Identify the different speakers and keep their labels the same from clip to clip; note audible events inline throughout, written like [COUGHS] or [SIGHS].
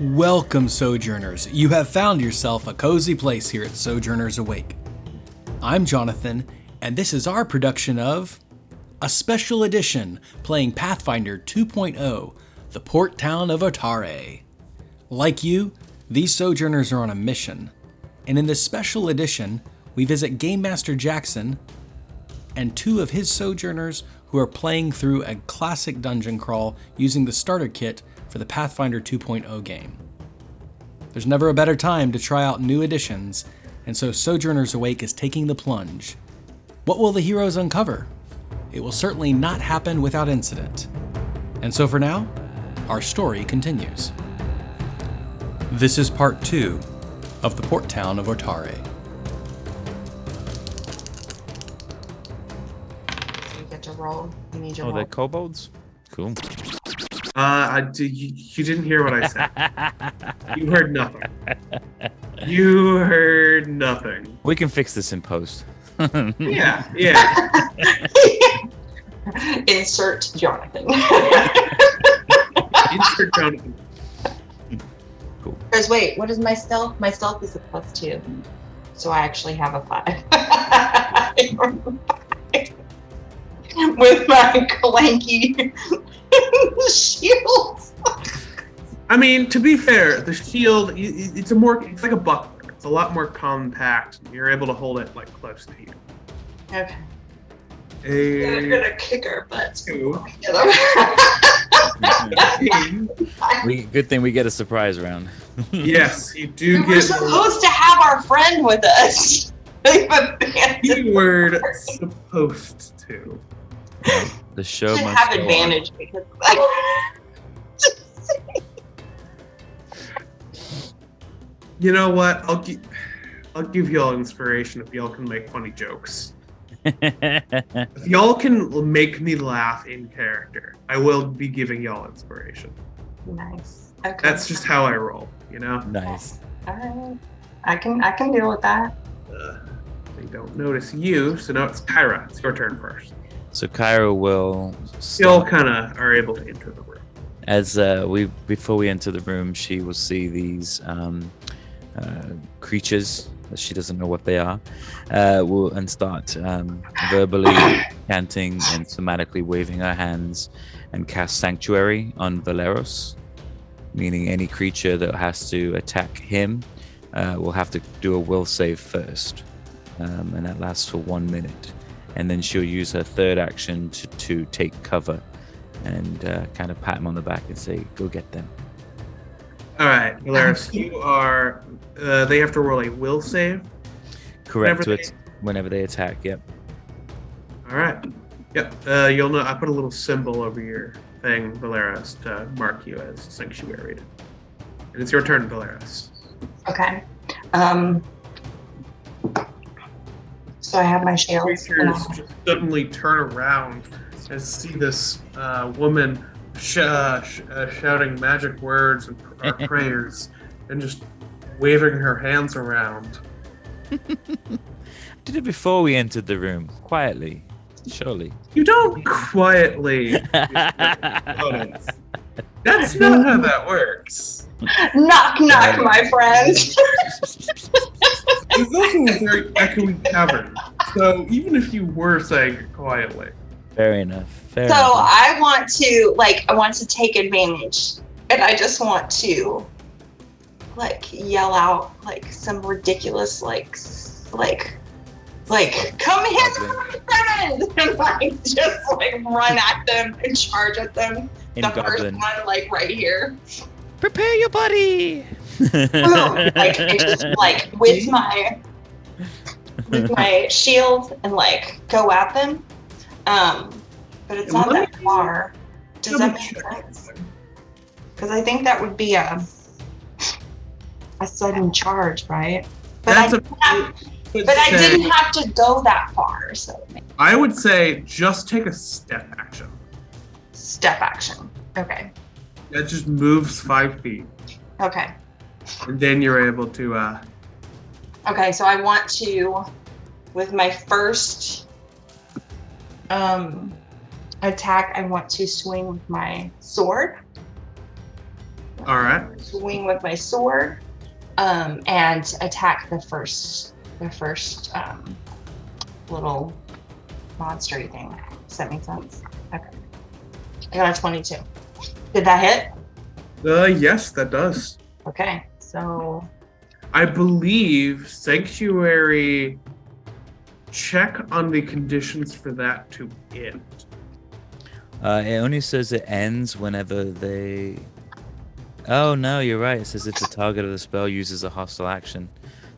Speaker 1: Welcome, Sojourners. You have found yourself a cozy place here at Sojourners Awake. I'm Jonathan, and this is our production of a special edition playing Pathfinder 2.0, the port town of Otare. Like you, these Sojourners are on a mission, and in this special edition, we visit Game Master Jackson and two of his sojourners who are playing through a classic dungeon crawl using the starter kit for the Pathfinder 2.0 game. There's never a better time to try out new additions, and so Sojourners Awake is taking the plunge. What will the heroes uncover? It will certainly not happen without incident. And so for now, our story continues. This is part two of the port town of Otare.
Speaker 2: You get to roll. You need your
Speaker 3: Oh,
Speaker 2: roll.
Speaker 3: the kobolds? Cool.
Speaker 4: Uh, I, d- you, you didn't hear what I said. you heard nothing. You heard nothing.
Speaker 3: we can fix this in post. [LAUGHS]
Speaker 4: Yeah, yeah.
Speaker 2: [LAUGHS] Insert Jonathan.
Speaker 4: Insert Jonathan.
Speaker 2: Because wait, what is my stealth? My stealth is a plus two, so I actually have a five. [LAUGHS] With my clanky [LAUGHS] shield.
Speaker 4: I mean, to be fair, the shield i- i- it's a more it's like a buckler. It's a lot more compact. You're able to hold it like close to you.
Speaker 2: Okay, they're
Speaker 4: A
Speaker 2: gonna kick our butts. [LAUGHS]
Speaker 4: two.
Speaker 2: together.
Speaker 3: we good thing we get a surprise round.
Speaker 4: yes, you
Speaker 2: we
Speaker 4: do
Speaker 2: [LAUGHS] were
Speaker 4: get
Speaker 2: supposed to have our friend with us. [LAUGHS] They've abandoned.
Speaker 4: keyword supposed to.
Speaker 3: The show
Speaker 2: [LAUGHS] should
Speaker 3: must
Speaker 2: have
Speaker 3: go on.
Speaker 2: advantage because like, [LAUGHS]
Speaker 4: You know what? I'll gi- I'll give y'all inspiration if y'all can make funny jokes. If y'all can make me laugh in character, I will be giving y'all inspiration.
Speaker 2: nice. Okay.
Speaker 4: That's just how I roll, you know?
Speaker 3: [LAUGHS] nice.
Speaker 2: Alright. I can I can deal with that.
Speaker 4: They don't notice you, so now it's Kyra. It's your turn first.
Speaker 3: So Cairo will
Speaker 4: Y'all kind of are able to enter the room.
Speaker 3: as uh, we before we enter the room, she will see these um, uh, creatures that she doesn't know what they are, uh, will and start um, verbally [COUGHS] chanting and somatically waving her hands, and cast sanctuary on Valeros, meaning any creature that has to attack him uh, will have to do a will save first, um, and that lasts for one minute. And then she'll use her third action to, to take cover and uh, kind of pat him on the back and say, "Go get them."
Speaker 4: All right, Valeris, you are. Uh, they have to roll a will save.
Speaker 3: Correct.
Speaker 4: Whenever
Speaker 3: to at- whenever they attack, yep.
Speaker 4: All right. Yep. Uh, you'll know. I put a little symbol over your thing, Valeris, to mark you as sanctuary. And it's your turn, Valeris.
Speaker 2: Okay. Um so I have my shields. and
Speaker 4: creatures just suddenly turn around and see this uh, woman sh- uh, sh- uh, shouting magic words and pr- uh, prayers and just waving her hands around.
Speaker 3: Did it before we entered the room, quietly,
Speaker 4: [LAUGHS]
Speaker 3: surely.
Speaker 4: You don't quietly. That's not how that
Speaker 2: [LAUGHS]
Speaker 4: works.
Speaker 2: I'll- Knock knock my friend.
Speaker 4: It's also a very echoing cavern, so even if you were saying it quietly,
Speaker 3: Fair enough. Fair
Speaker 2: So
Speaker 3: enough.
Speaker 2: I want to like I want to take advantage and I just want to like yell out like some ridiculous like s- like like come here my friend [LAUGHS] and like just like run at them and charge at them.
Speaker 3: In
Speaker 2: the first
Speaker 3: Goblin,
Speaker 2: one like right here.
Speaker 3: prepare your body. [LAUGHS]
Speaker 2: Boom! like and just like with my with my shield and like go at them. Um, but it's not that far. Does that make sense? Because I think that would be a a sudden charge, right? But I
Speaker 4: that's a.
Speaker 2: have- but I didn't have to go that far, so
Speaker 4: I would say just take a step action.
Speaker 2: step action. Okay.
Speaker 4: That just moves five feet.
Speaker 2: Okay.
Speaker 4: And then you're able to uh
Speaker 2: Okay, so I want to, with my first um, attack, I want to swing with my sword
Speaker 4: All right.
Speaker 2: swing with my sword um, and attack the first the first um, little monstery thing. Does that make sense? Okay. I got a 22. Did that hit?
Speaker 4: Uh, yes, that does.
Speaker 2: Okay. So
Speaker 4: I believe sanctuary. Check on the conditions for that to end.
Speaker 3: Uh, it only says it ends whenever they. Oh no, you're right. It says if the target of the spell uses a hostile action,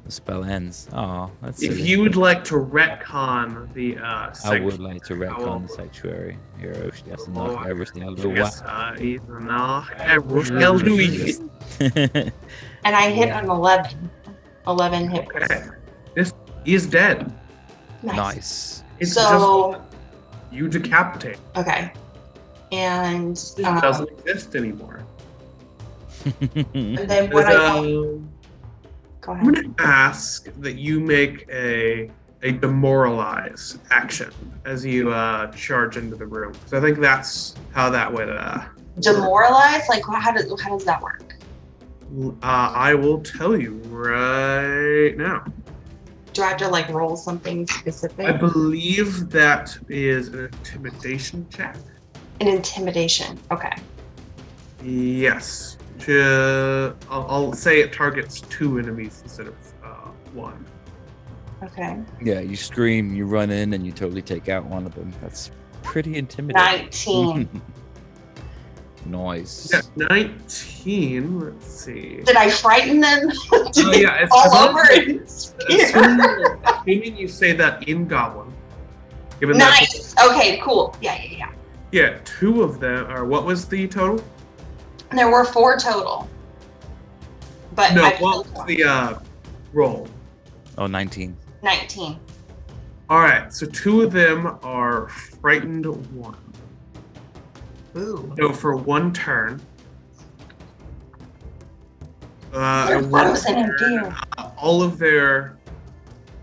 Speaker 3: the spell ends. Oh, that's.
Speaker 4: If
Speaker 3: silly.
Speaker 4: you would like to retcon the uh,
Speaker 3: I
Speaker 4: sanctuary,
Speaker 3: would like to retcon the sanctuary. Here, oh, she has to knock everything out of the way.
Speaker 4: Yes, uh, either not. I will do it.
Speaker 3: [LAUGHS]
Speaker 2: and I hit an 11. 11 hit.
Speaker 4: Okay. This he's dead.
Speaker 3: nice.
Speaker 4: It's
Speaker 2: so
Speaker 4: just you decapitate.
Speaker 2: okay. And
Speaker 4: It
Speaker 2: um,
Speaker 4: doesn't exist anymore.
Speaker 2: and then what I
Speaker 4: Um,
Speaker 2: go
Speaker 4: I'm
Speaker 2: ahead.
Speaker 4: gonna ask that you make a a demoralize action as you uh, charge into the room. So I think that's how that would. Uh,
Speaker 2: Demoralize? Like how does how does that work?
Speaker 4: l- uh, I will tell you right now.
Speaker 2: Do I have to like roll something specific?
Speaker 4: I believe that is an intimidation check.
Speaker 2: An intimidation. Okay.
Speaker 4: Yes. To, I'll, I'll say it targets two enemies instead of uh, one.
Speaker 2: Okay.
Speaker 3: [LAUGHS] Yeah, you scream, you run in, and you totally take out one of them. That's pretty intimidating.
Speaker 2: 19.
Speaker 3: [LAUGHS] nice.
Speaker 4: Yeah, 19.
Speaker 2: [LAUGHS]
Speaker 4: Let's see.
Speaker 2: Did I frighten them? [LAUGHS] Did
Speaker 4: Mm-hmm. Oh,
Speaker 2: they
Speaker 4: yeah,
Speaker 2: [LAUGHS]
Speaker 4: it's
Speaker 2: fall
Speaker 4: about-
Speaker 2: over in fear?
Speaker 4: Assuming, assuming you say that in Goblin. Given that,
Speaker 2: Nice. Okay, cool. Yeah, yeah, yeah.
Speaker 4: yeah, two of them are. What was the total?
Speaker 2: And there were four total. But
Speaker 4: No,
Speaker 2: I
Speaker 4: what
Speaker 2: killed
Speaker 4: was
Speaker 2: one.
Speaker 4: the uh, roll?
Speaker 3: Oh, 19.
Speaker 2: 19.
Speaker 4: All right, so two of them are frightened one.
Speaker 2: Ooh.
Speaker 4: So for one turn. Uh,
Speaker 2: They're
Speaker 4: and one
Speaker 2: frozen in
Speaker 4: turn,
Speaker 2: fear.
Speaker 4: uh, all of their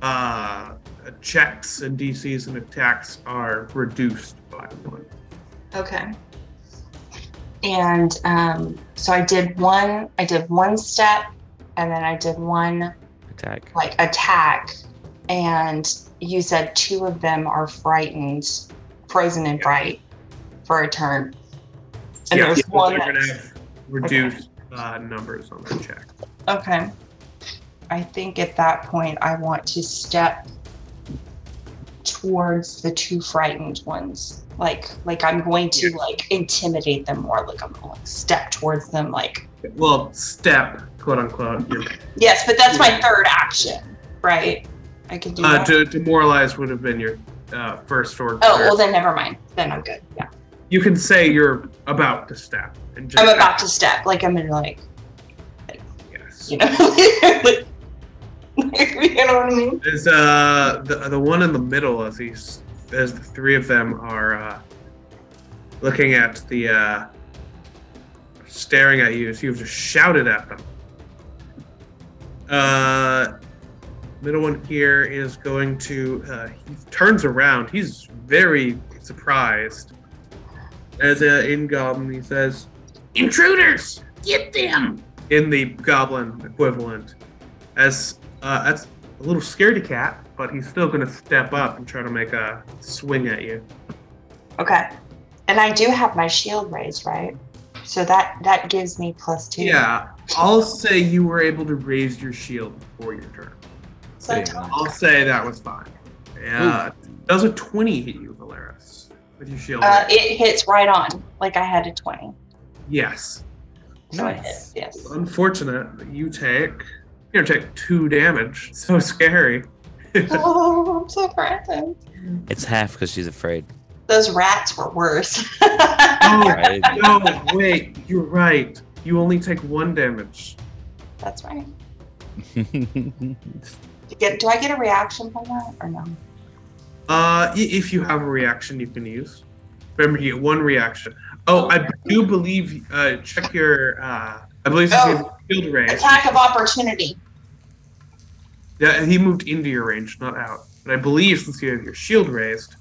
Speaker 4: uh, checks and DCs and attacks are reduced by one.
Speaker 2: Okay. And um, so I did one. I did one step, and then I did one
Speaker 3: Attack.
Speaker 2: like attack. And you said two of them are frightened, frozen in fright, for a turn. And
Speaker 4: yeah,
Speaker 2: there's
Speaker 4: so
Speaker 2: one
Speaker 4: they're gonna
Speaker 2: that's-
Speaker 4: have reduced uh, numbers on their check.
Speaker 2: Okay. I think at that point, I want to step towards the two frightened ones. Like, like I'm going to
Speaker 4: Yes.
Speaker 2: like intimidate them more. Like I'm going to step towards them. Like,
Speaker 4: Well, step, quote unquote. You're,
Speaker 2: yes, but that's my third action, right? I can do
Speaker 4: uh,
Speaker 2: that.
Speaker 4: to demoralize would have been your uh, first or
Speaker 2: oh, well
Speaker 4: third.
Speaker 2: then never mind. Then I'm good. Yeah,
Speaker 4: you can say you're about to step and just
Speaker 2: I'm about to step. Like I'm gonna like,
Speaker 4: Yes.
Speaker 2: you know, [LAUGHS] like, you know what I mean?
Speaker 4: There's uh the the one in the middle as these as the three of them are uh, looking at the uh, staring at you as you've just shouted at them. Uh, middle one here is going to uh, he turns around. He's very surprised as uh, in goblin he says, "Intruders, get them!" In the goblin equivalent, as uh, as a little scaredy cat, but he's still gonna step up and try to make a swing at you.
Speaker 2: Okay. And I do have my shield raised, right? So that that gives me plus two.
Speaker 4: Yeah, I'll say you were able to raise your shield before your turn.
Speaker 2: So
Speaker 3: Yeah.
Speaker 2: total-
Speaker 4: I'll say that was fine. Yeah, does a twenty hit you, Valeris, with your shield?
Speaker 2: Uh,
Speaker 4: raised?
Speaker 2: it hits right on. Like I had a 20.
Speaker 4: yes.
Speaker 2: So it hits,
Speaker 3: [LAUGHS]
Speaker 2: yes. [LAUGHS]
Speaker 4: Unfortunate that you take you're gonna take two damage. [LAUGHS] So
Speaker 2: [LAUGHS]
Speaker 4: scary.
Speaker 2: oh, I'm so frightened.
Speaker 3: It's half because she's afraid.
Speaker 2: Those rats were worse. [LAUGHS]
Speaker 4: Oh
Speaker 3: Right? [LAUGHS]
Speaker 4: no! Wait, you're right. You only take one damage.
Speaker 2: That's right. Do, get, do I get a reaction from that or no?
Speaker 4: Uh, i- if you have a reaction you can use. Remember, you get one reaction. Oh, I do believe. Uh, check your. Uh, I believe it's
Speaker 2: Oh.
Speaker 4: your field range.
Speaker 2: Attack of opportunity.
Speaker 4: Yeah, he moved into your range, not out. But I believe since you have your shield raised,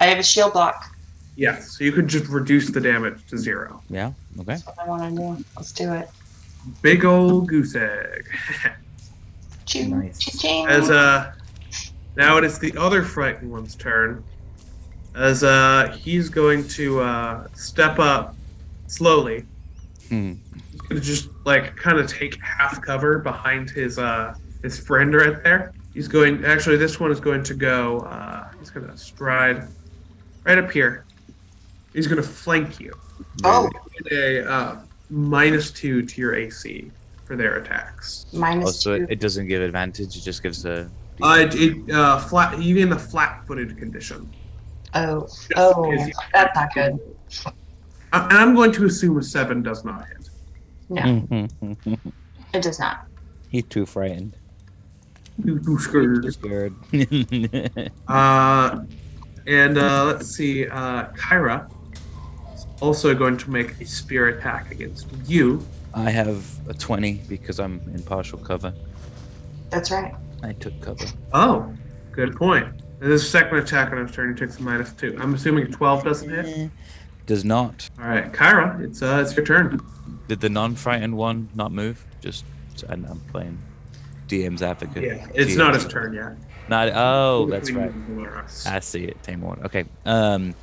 Speaker 2: I have a shield block.
Speaker 4: Yeah, so you could just reduce the damage to zero.
Speaker 3: Yeah. Okay.
Speaker 2: That's what I want to do. Let's do it.
Speaker 4: Big old goose egg. [LAUGHS]
Speaker 2: Ching,
Speaker 3: Nice.
Speaker 2: ching, ching.
Speaker 4: As uh, now it is the other frightened one's turn. As uh, he's going to uh, step up slowly.
Speaker 3: Hmm.
Speaker 4: He's gonna just like kind of take half cover behind his uh his friend right there. He's going. Actually, this one is going to go. Uh, he's gonna stride right up here. He's gonna flank you.
Speaker 2: oh,
Speaker 4: Get A uh, minus two to your AC for their attacks.
Speaker 3: Oh,
Speaker 2: minus
Speaker 3: so
Speaker 2: two.
Speaker 3: it, it doesn't give advantage. It just gives a.
Speaker 4: Uh, it, it uh, flat. You gain the flat-footed condition.
Speaker 2: oh,
Speaker 4: Just
Speaker 2: oh,
Speaker 4: because you-
Speaker 2: that's not good.
Speaker 4: I- and I'm going to assume a seven does not hit.
Speaker 2: No, it does not.
Speaker 3: [LAUGHS] He's too frightened.
Speaker 4: You- you screwed.
Speaker 3: scared. [LAUGHS]
Speaker 4: Uh, and uh, let's see. Uh, Kyra is also going to make a spear attack against you.
Speaker 3: I have a 20 because I'm in partial cover.
Speaker 2: That's right.
Speaker 3: I took cover.
Speaker 4: Oh, good point. And this second attack on his turn he takes a minus two. I'm assuming a twelve doesn't hit.
Speaker 3: Does not.
Speaker 4: All right, Kyra, it's uh, it's your turn.
Speaker 3: Did the non frightened one not move? Just. And I'm playing DM's advocate.
Speaker 4: it's
Speaker 3: DM's
Speaker 4: not his turn yet.
Speaker 3: Not, oh, that's
Speaker 4: [LAUGHS]
Speaker 3: right.
Speaker 4: Dolores.
Speaker 3: I see it, Tame Warden. Okay. Um,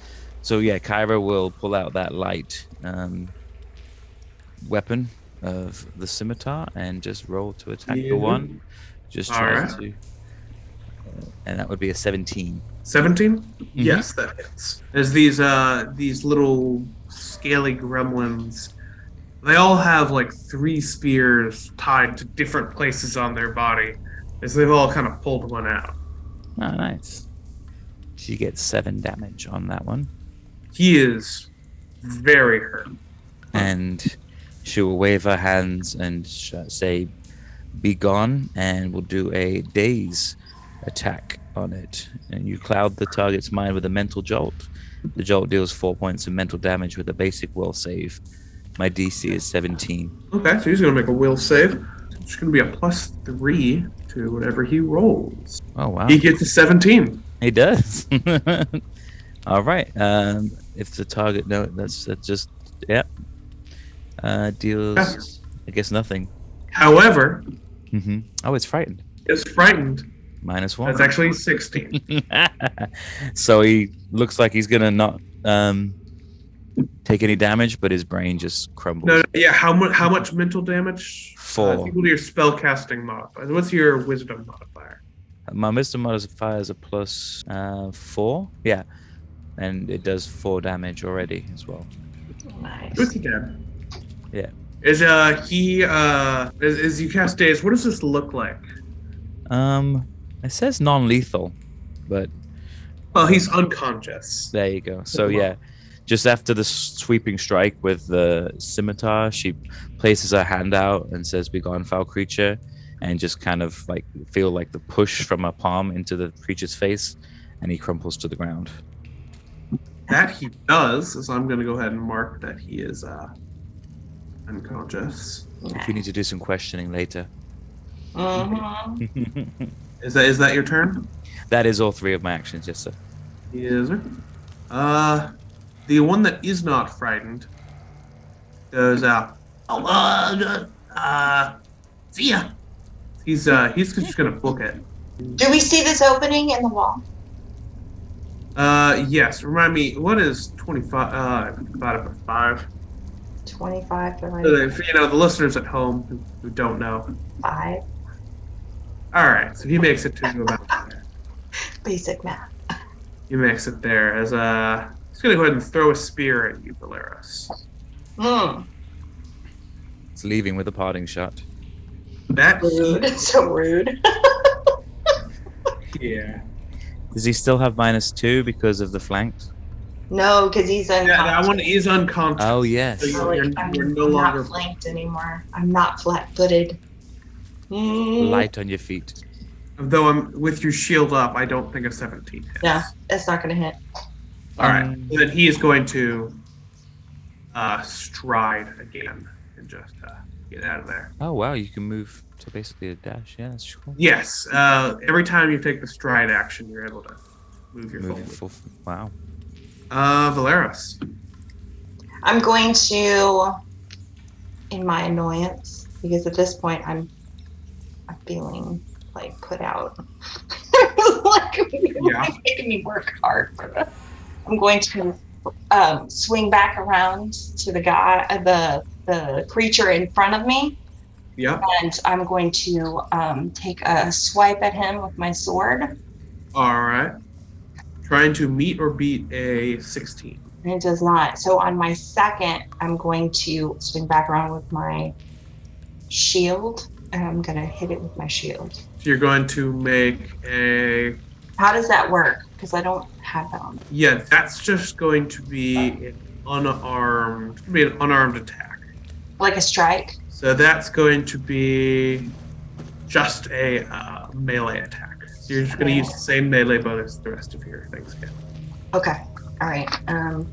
Speaker 3: so yeah, Kyra will pull out that light um, weapon of the scimitar and just roll to attack
Speaker 4: Yeah.
Speaker 3: the one. Just
Speaker 4: All
Speaker 3: try
Speaker 4: right.
Speaker 3: to, uh, and that would be a 17
Speaker 4: 17
Speaker 3: Mhm.
Speaker 4: Yes, that hits. There's these uh these little scaly gremlins. They all have like three spears tied to different places on their body, as they've all kind of pulled one out.
Speaker 3: Oh, nice. She gets seven damage on that one,
Speaker 4: He is very hurt.
Speaker 3: and she will wave her hands and sh- say, "Be gone," and will do a daze attack on it. And you cloud the target's mind with a mental jolt. The jolt deals four points of mental damage with a basic will save. My DC is 17.
Speaker 4: Okay, so he's gonna make a will save. It's gonna be a plus three to whatever he rolls.
Speaker 3: Oh wow,
Speaker 4: He gets a seventeen.
Speaker 3: he does. [LAUGHS] All right. Um, if the target no, that's that's just yep. Uh, deals, I guess nothing.
Speaker 4: However,
Speaker 3: Mm-hmm. Oh, it's frightened.
Speaker 4: is frightened.
Speaker 3: Minus one.
Speaker 4: That's actually sixteen.
Speaker 3: [LAUGHS] so he looks like he's gonna not um, take any damage, but his brain just crumbles.
Speaker 4: No, no, yeah. How much? How much mental damage?
Speaker 3: Four.
Speaker 4: Uh, equal to your spellcasting modifier. What's your wisdom modifier?
Speaker 3: My wisdom modifier is a plus uh, four. Yeah, and it does four damage already as well.
Speaker 2: Nice.
Speaker 4: What's he done?
Speaker 3: Yeah.
Speaker 4: Is uh he uh is, is you cast days? What does this look like?
Speaker 3: Um, it says non-lethal, but
Speaker 4: Well, he's unconscious.
Speaker 3: There you go. So yeah, just after the sweeping strike with the scimitar, she places her hand out and says, "Be gone, foul creature," and just kind of like feel like the push from her palm into the creature's face, and he crumples to the ground.
Speaker 4: That he does. So I'm gonna go ahead and mark that he is uh unconscious.
Speaker 3: If you need to do some questioning later,
Speaker 2: Mhm.
Speaker 4: Is that is that your turn?
Speaker 3: that is all three of my actions. Yes, sir.
Speaker 4: Yes. Sir. Uh, the one that is not frightened goes out. Oh, uh, uh, see ya. He's uh he's just gonna book it.
Speaker 2: Do we see this opening in the wall?
Speaker 4: Uh, yes. Remind me, what is twenty-five? Uh, divided by five.
Speaker 2: 25 to
Speaker 4: So
Speaker 2: like
Speaker 4: If you know the listeners at home who, who don't know.
Speaker 2: 5.
Speaker 4: All right, so he makes it to about there.
Speaker 2: Basic math.
Speaker 4: He makes it there as uh, he's gonna go ahead and throw a spear at you, Valeris.
Speaker 2: Mm.
Speaker 3: It's leaving with a parting shot.
Speaker 4: That
Speaker 2: Rude. [LAUGHS] so rude.
Speaker 4: yeah.
Speaker 3: Does he still have minus two because of the flanks?
Speaker 2: no, because he's unconscious.
Speaker 4: Yeah, that one is unconscious.
Speaker 3: Oh yes.
Speaker 4: So you-
Speaker 2: So, like,
Speaker 4: You're-
Speaker 2: I'm,
Speaker 4: you're no
Speaker 2: I'm
Speaker 4: longer-
Speaker 2: not flanked anymore. I'm not flat-footed. Mm.
Speaker 3: Light on your feet.
Speaker 4: Though I'm with your shield up, I don't think a seventeen hits.
Speaker 2: No, that's not gonna hit.
Speaker 4: All right. then he is going to uh stride again and just uh, get out of there.
Speaker 3: Oh wow, you can move to basically a dash. Yeah, that's cool.
Speaker 4: Yes. Uh, every time you take the stride action, you're able to move your
Speaker 3: Moving
Speaker 4: forward.
Speaker 3: full. Wow.
Speaker 4: Uh, Valeris.
Speaker 2: I'm going to, in my annoyance, because at this point I'm, I'm feeling like put out. [LAUGHS] like [LAUGHS]
Speaker 4: Yeah.
Speaker 2: it's making me work hard for this. I'm going to um, swing back around to the guy, uh, the the creature in front of me,
Speaker 4: Yep.
Speaker 2: and I'm going to um, take a swipe at him with my sword.
Speaker 4: All right. Trying to meet or beat a 16.
Speaker 2: And it does not. So on my second, I'm going to swing back around with my shield, and I'm gonna hit it with my shield.
Speaker 4: So you're going to make a.
Speaker 2: How does that work? Because I don't have that on.
Speaker 4: Yeah, that's just going to be an unarmed. it'll Be an unarmed attack.
Speaker 2: Like a strike.
Speaker 4: So that's going to be just a uh, melee attack. So you're just going to use the same melee bonus the rest of your things get.
Speaker 2: Okay. All right. Um.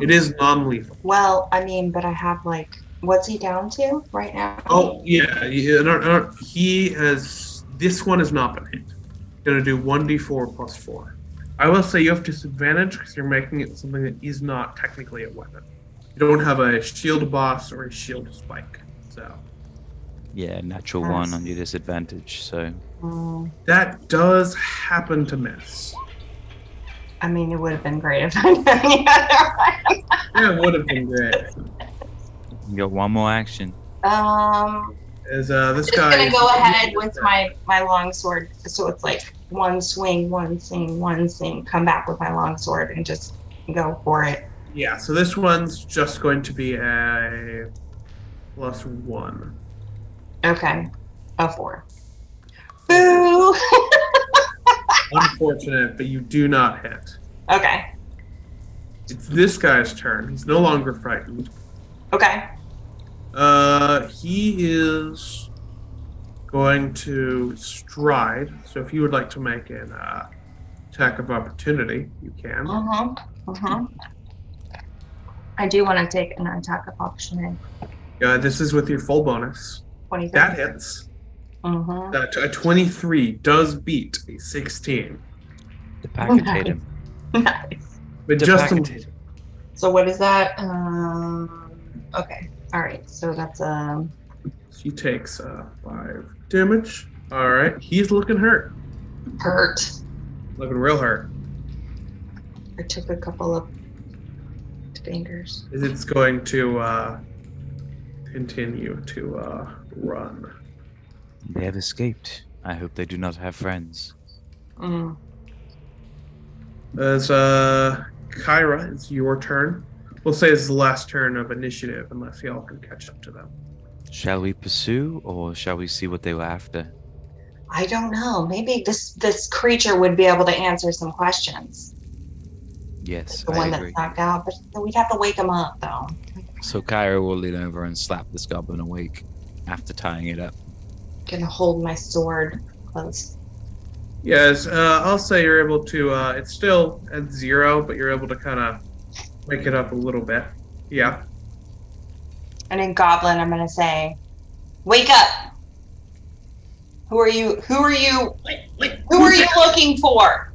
Speaker 4: It is non-lethal.
Speaker 2: Well, I mean, but I have like, what's he down to right now?
Speaker 4: Oh yeah, yeah, no, no, he has. This one has not been hit. Going to do one d4 plus four. I will say you have disadvantage because you're making it something that is not technically a weapon. You don't have a shield boss or a shield spike, so
Speaker 3: Yeah, natural one on your disadvantage. So
Speaker 2: Mm,
Speaker 4: that does happen to miss.
Speaker 2: I mean, it would have been great if I had any other one.
Speaker 4: That would have been great.
Speaker 3: you got one more action.
Speaker 2: Um,
Speaker 4: Is uh, this
Speaker 2: just
Speaker 4: guy?
Speaker 2: gonna go ahead with my my long sword. So it's like one swing, one swing, one swing. Come back with my long sword and just go for it.
Speaker 4: Yeah, so this one's just going to be a plus one.
Speaker 2: Okay, a four. Boo. [LAUGHS]
Speaker 4: Unfortunate, but you do not hit.
Speaker 2: okay.
Speaker 4: It's this guy's turn. He's no longer frightened.
Speaker 2: Okay.
Speaker 4: Uh, he is going to stride. So if you would like to make an uh, attack of opportunity, you can.
Speaker 2: Mhm. Mhm. I do want to take an attack of option
Speaker 4: Uh, this is with your full bonus.
Speaker 2: twenty three.
Speaker 4: That hits.
Speaker 2: Mhm.
Speaker 4: Uh, t- a 23 does beat a 16.
Speaker 3: The packet Tatum.
Speaker 2: [LAUGHS] Nice.
Speaker 4: But
Speaker 3: The
Speaker 4: just a
Speaker 3: packet Tatum.
Speaker 2: So what is that? Um, okay. All right. So that's um.
Speaker 4: She takes uh, five damage. All right, he's looking hurt,
Speaker 2: hurt.
Speaker 4: looking real hurt.
Speaker 2: I took a couple of fingers.
Speaker 4: It's going to uh, continue to uh, run.
Speaker 3: They have escaped. I hope they do not have friends.
Speaker 2: Mm.
Speaker 4: As uh, Kyra, it's your turn. We'll say it's the last turn of initiative, unless y'all can catch up to them.
Speaker 3: Shall we pursue, or shall we see what they were after?
Speaker 2: I don't know. Maybe this this creature would be able to answer some questions.
Speaker 3: Yes,
Speaker 2: The
Speaker 3: I
Speaker 2: one
Speaker 3: agree.
Speaker 2: that's knocked out, but we'd have to wake him up though.
Speaker 3: So Kyra will lean over and slap this goblin awake after tying it up.
Speaker 2: gonna hold my sword close.
Speaker 4: Yes, uh, I'll say you're able to. Uh, it's still at zero, but you're able to kind of wake it up a little bit. Yeah.
Speaker 2: And in Goblin, I'm gonna say, "Wake up! Who are you? Who are you? Who are you looking for?"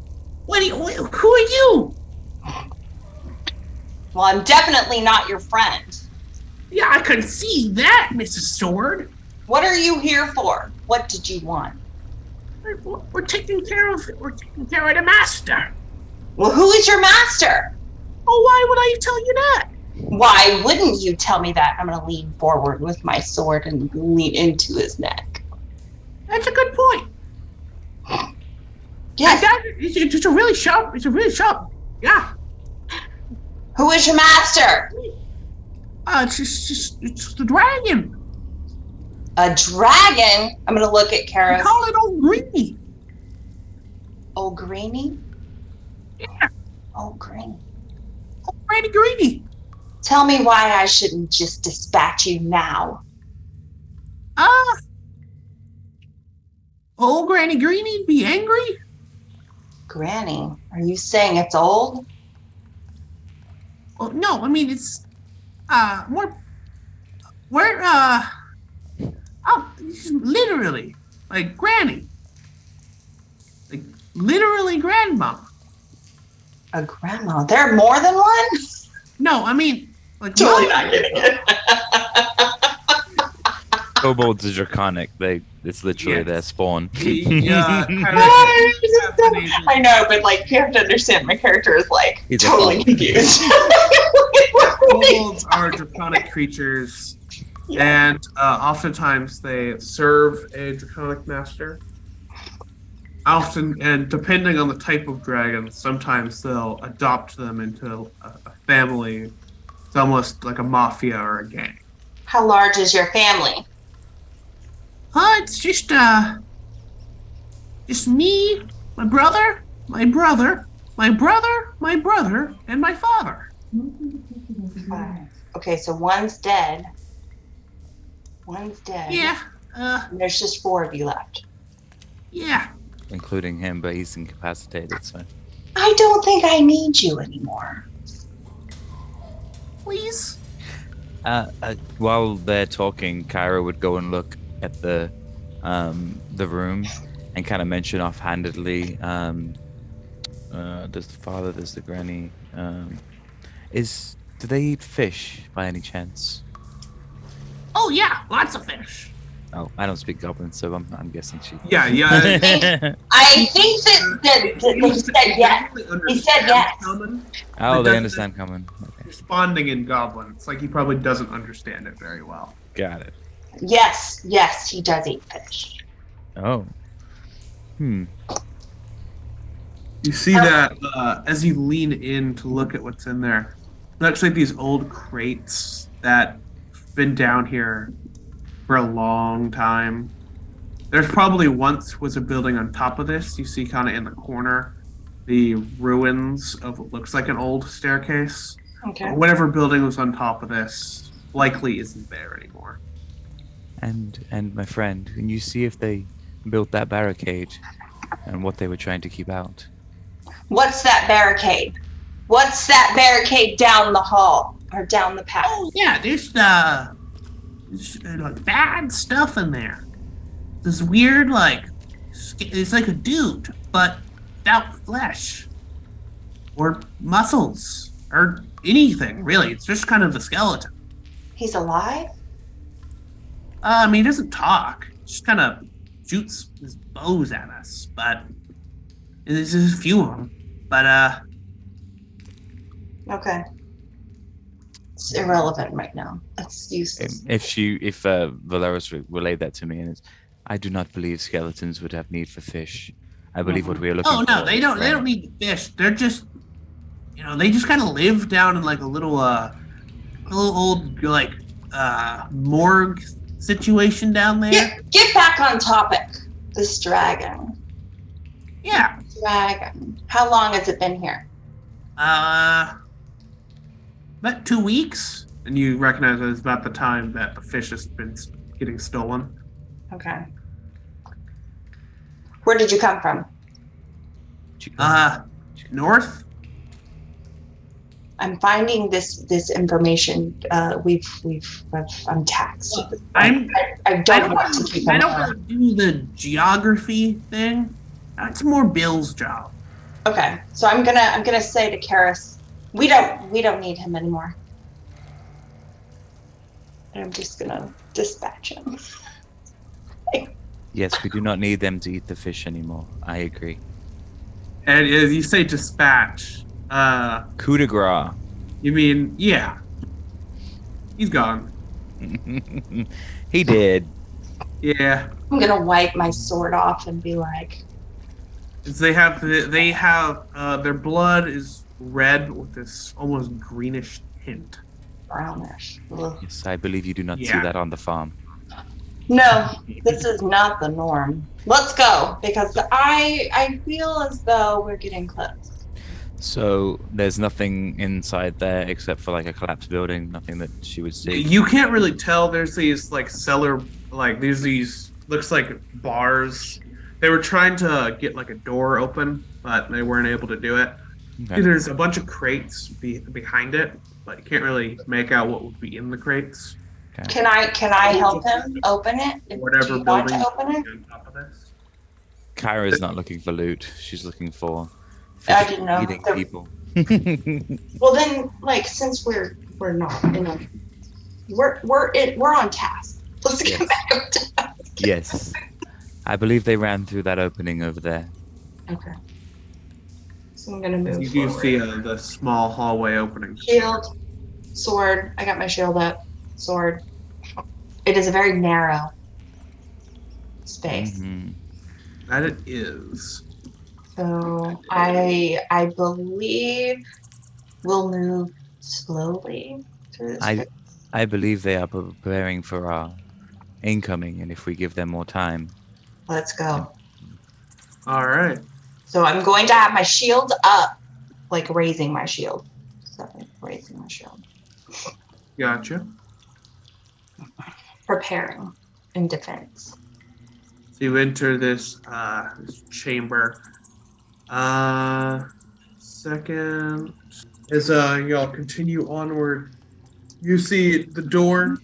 Speaker 4: What? Are you, who are you?
Speaker 2: Well, I'm definitely not your friend.
Speaker 4: Yeah, I can see that, Mrs. Sword.
Speaker 2: What are you here for? What did you want?
Speaker 4: We're, we're taking care of we're taking care of the master.
Speaker 2: Well, who is your master?
Speaker 4: Oh, why would I tell you that?
Speaker 2: Why wouldn't you tell me that? I'm gonna lean forward with my sword and lean into his neck.
Speaker 4: That's a good point.
Speaker 2: Yes.
Speaker 4: That it's, it's a really sharp. It's a really sharp. Yeah.
Speaker 2: Who is your master?
Speaker 4: Uh, it's just, just it's the dragon.
Speaker 2: A dragon. I'm gonna look at
Speaker 4: We
Speaker 2: Kara.
Speaker 4: call it old greeny.
Speaker 2: Oh, Greeny.
Speaker 4: Yeah.
Speaker 2: Oh, Greeny.
Speaker 4: Granny greeny.
Speaker 2: Tell me why I shouldn't just dispatch you now.
Speaker 4: Ah. Old Granny Greeny be angry?
Speaker 2: Granny, are you saying it's old?
Speaker 5: Oh, no, I mean it's uh more we're uh oh it's literally like granny. Like literally grandma.
Speaker 2: a grandma. There are more than one?
Speaker 5: No, I mean, like,
Speaker 2: Totally
Speaker 5: mother-
Speaker 2: not getting it.
Speaker 3: Kobolds are draconic. They it's literally
Speaker 4: Yeah.
Speaker 3: their spawn. uh, [LAUGHS]
Speaker 5: yeah, kinda-
Speaker 2: I know, but like you have to understand my character is like
Speaker 3: He's a
Speaker 2: totally
Speaker 3: fuck.
Speaker 2: confused.
Speaker 5: Kobolds
Speaker 4: Kobolds are draconic creatures, and uh, oftentimes they serve a draconic master. Often, and depending on the type of dragon, sometimes they'll adopt them into a, a family. It's almost like a mafia or a gang.
Speaker 2: How large is your family?
Speaker 5: Oh, it's just uh, just me, my brother, my brother, my brother, my brother, and my father.
Speaker 2: Okay, so one's dead. One's dead.
Speaker 5: Yeah, uh,
Speaker 2: And there's just four of you left.
Speaker 5: yeah.
Speaker 3: including him, but he's incapacitated. So
Speaker 2: I don't think I need you anymore.
Speaker 5: Please.
Speaker 3: uh, uh, while they're talking, Kyra would go and look at the um, the room and kind of mention offhandedly, um, uh, "Does the father? Does the granny? Um, is do they eat fish by any chance?"
Speaker 5: Oh yeah, lots of fish.
Speaker 3: Oh, I don't speak Goblin, so I'm, I'm guessing she.
Speaker 2: [LAUGHS]
Speaker 4: Yeah, yeah.
Speaker 2: I think that, that, that they said yes.
Speaker 4: He
Speaker 2: said yes.
Speaker 3: [LAUGHS] oh,
Speaker 4: doesn't-
Speaker 3: they understand coming. Okay,
Speaker 4: Responding in Goblin, it's like he probably doesn't understand it very well.
Speaker 3: got it.
Speaker 2: Yes, yes, he does eat fish.
Speaker 3: Oh, hmm.
Speaker 4: You see that uh, as you lean in to look at what's in there. Looks like these old crates that have been down here for a long time. There's probably once was a building on top of this. You see kind of in the corner the ruins of what looks like an old staircase.
Speaker 2: Okay.
Speaker 4: Whatever building was on top of this likely isn't there anymore.
Speaker 3: and and my friend and you see if they built that barricade and what they were trying to keep out
Speaker 2: What's that barricade? What's that barricade down the hall or down the path?
Speaker 5: Oh yeah, there's uh, there's, uh, like bad stuff in there. This weird like, sk- it's like a dude, but without flesh or muscles or anything really. It's just kind of a skeleton.
Speaker 2: He's alive?
Speaker 5: Uh, I mean, he doesn't talk. Just kind of shoots his bows at us, but and there's just a few of them. But uh,
Speaker 2: Okay. It's irrelevant right now. It's
Speaker 3: If-
Speaker 2: useless.
Speaker 3: Um, if she if uh, valeris re- relayed that to me and it's i do not believe skeletons would have need for fish i believe what we are looking
Speaker 5: oh
Speaker 3: for
Speaker 5: no, they
Speaker 3: is
Speaker 5: don't. They
Speaker 3: friend."
Speaker 5: don't need fish. They're just, you know, they just kind of live down in like a little uh, a little old like uh morgue situation down there.
Speaker 2: Get, get back on topic. This dragon.
Speaker 5: Yeah.
Speaker 2: Dragon. How long has it been here?
Speaker 5: Uh, about two weeks.
Speaker 4: And you recognize that it's about the time that the fish has been s- getting stolen.
Speaker 2: Okay. Where did you come from?
Speaker 3: She-
Speaker 5: Uh, north.
Speaker 2: I'm finding this this information. Uh, we've we've I've, I'm taxed.
Speaker 5: I'm
Speaker 2: I, I don't,
Speaker 5: I don't
Speaker 2: want
Speaker 5: want
Speaker 2: to keep
Speaker 5: I
Speaker 2: on.
Speaker 5: don't want to do the geography thing. That's more Bill's job.
Speaker 2: Okay, so I'm gonna I'm gonna say to Karis, we don't we don't need him anymore. And I'm just gonna dispatch him.
Speaker 3: yes we do not need them to eat the fish anymore i agree
Speaker 4: And as you say dispatch, uh,
Speaker 3: coup de grace [LAUGHS]
Speaker 4: you mean yeah. He's gone.
Speaker 3: he did
Speaker 4: Yeah.
Speaker 2: I'm gonna wipe my sword off and be like,
Speaker 4: 'Cause They have they have uh, their blood is red with this almost greenish tint.
Speaker 2: brownish. Ugh.
Speaker 3: yes i believe you do not see
Speaker 4: Yeah.
Speaker 3: that on the farm
Speaker 2: No, this is not the norm. Let's go because I I feel as though we're getting close.
Speaker 3: so there's nothing inside there except for like a collapsed building nothing that she would see
Speaker 4: You can't really tell. There's these like cellar like there's these looks like bars. They were trying to get like a door open, but they weren't able to do it.
Speaker 3: Okay.
Speaker 4: There's a bunch of crates be- behind it, but you can't really make out what would be in the crates.
Speaker 2: Can I can I help him open it? Do
Speaker 4: Whatever
Speaker 2: you want
Speaker 4: building-
Speaker 2: to open it?
Speaker 4: On top of this.
Speaker 3: Kyra's not looking for loot. She's looking for
Speaker 2: I didn't know
Speaker 3: eating
Speaker 2: that-
Speaker 3: people. [LAUGHS]
Speaker 2: Well, then, like, since we're we're not in a we're we're it, we're on task. Let's get
Speaker 3: Yes.
Speaker 2: back up to task.
Speaker 3: yes. I believe they ran through that opening over there.
Speaker 2: Okay. So I'm gonna move.
Speaker 4: You do
Speaker 2: forward.
Speaker 4: see uh, the small hallway opening.
Speaker 2: Shield, sword. I got my shield up. Sword. It is a very narrow
Speaker 4: Mm-hmm.
Speaker 2: space.
Speaker 3: Mhm.
Speaker 4: That it is.
Speaker 2: So I I believe we'll move slowly through this.
Speaker 3: I-
Speaker 2: space.
Speaker 3: I believe they are preparing for our incoming, and if we give them more time,
Speaker 2: Let's go.
Speaker 4: All right.
Speaker 2: So I'm going to have my shield up, like raising my shield. So raising my shield.
Speaker 4: Gotcha.
Speaker 2: Preparing in defense.
Speaker 4: So you enter this, uh, this chamber. Uh, second, as uh, y'all continue onward, you see the door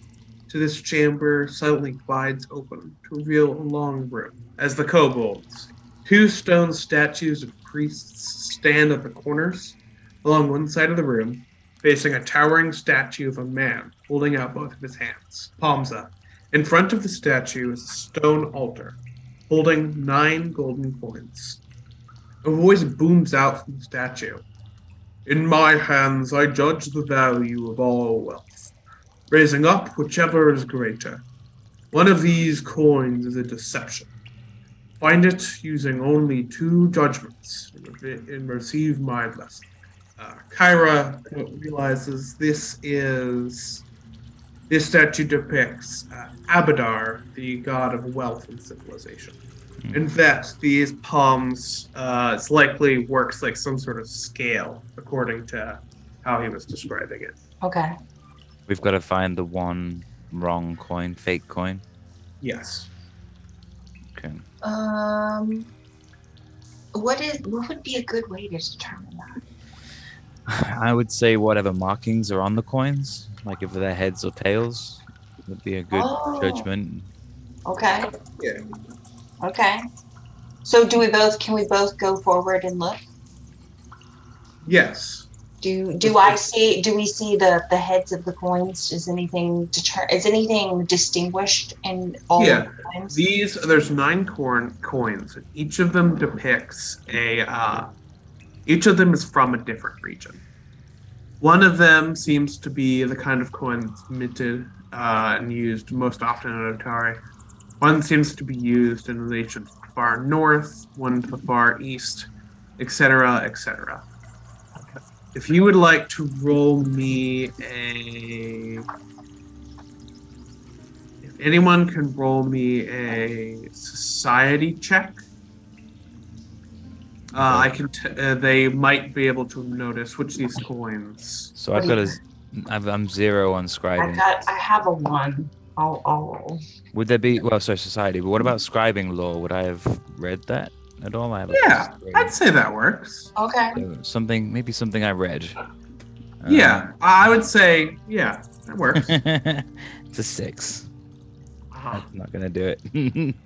Speaker 4: to this chamber silently glides open to reveal a long room. As the kobolds, two stone statues of priests stand at the corners along one side of the room, facing a towering statue of a man holding out both of his hands, palms up. In front of the statue is a stone altar holding nine golden coins. A voice booms out from the statue. In my hands, I judge the value of all wealth, raising up whichever is greater. One of these coins is a deception. Find it using only two judgments and receive my blessing. Uh, Kyra realizes this is this statue depicts uh, Abadar, the god of wealth and civilization. In fact, these palms, uh, it's likely works like some sort of scale, according to how he was describing it.
Speaker 2: Okay.
Speaker 3: we've got to find the one wrong coin, fake coin.
Speaker 4: Yes.
Speaker 3: Okay. [LAUGHS]
Speaker 2: Um. What is what would be a good way to determine that?
Speaker 3: I would say whatever markings are on the coins, like if they're heads or tails, would be a good
Speaker 2: Oh.
Speaker 3: judgment.
Speaker 2: Okay.
Speaker 4: Yeah.
Speaker 2: Okay. So do we both? Can we both go forward and look?
Speaker 4: Yes.
Speaker 2: Do do I see? Do we see the the heads of the coins? Is anything deter? Is anything distinguished in all of
Speaker 4: Yeah.
Speaker 2: the coins?
Speaker 4: These there's nine corn coins, and each of them depicts a. Uh, each of them is from a different region. One of them seems to be the kind of coin that's minted uh, and used most often in Otari. One seems to be used in relation to the far north, one to the far east, etc., etc. If you would like to roll me a if anyone can roll me a society check, uh, I can. T- uh, they might be able to notice which these coins.
Speaker 3: So I've got a, I've, I'm zero on
Speaker 2: I
Speaker 3: scribing.
Speaker 2: got. I have a one. I'll, I'll roll.
Speaker 3: Would there be well, sorry, society, but what about scribing law? Would I have read that at all? I haven't.
Speaker 4: Yeah, I'd say that works.
Speaker 2: Okay.
Speaker 3: So something, maybe something I read. Um,
Speaker 4: yeah, I I would say yeah, that
Speaker 3: Um,
Speaker 4: works.
Speaker 3: [LAUGHS] it's a six.
Speaker 4: Uh-huh.
Speaker 3: That's not gonna do it. [LAUGHS]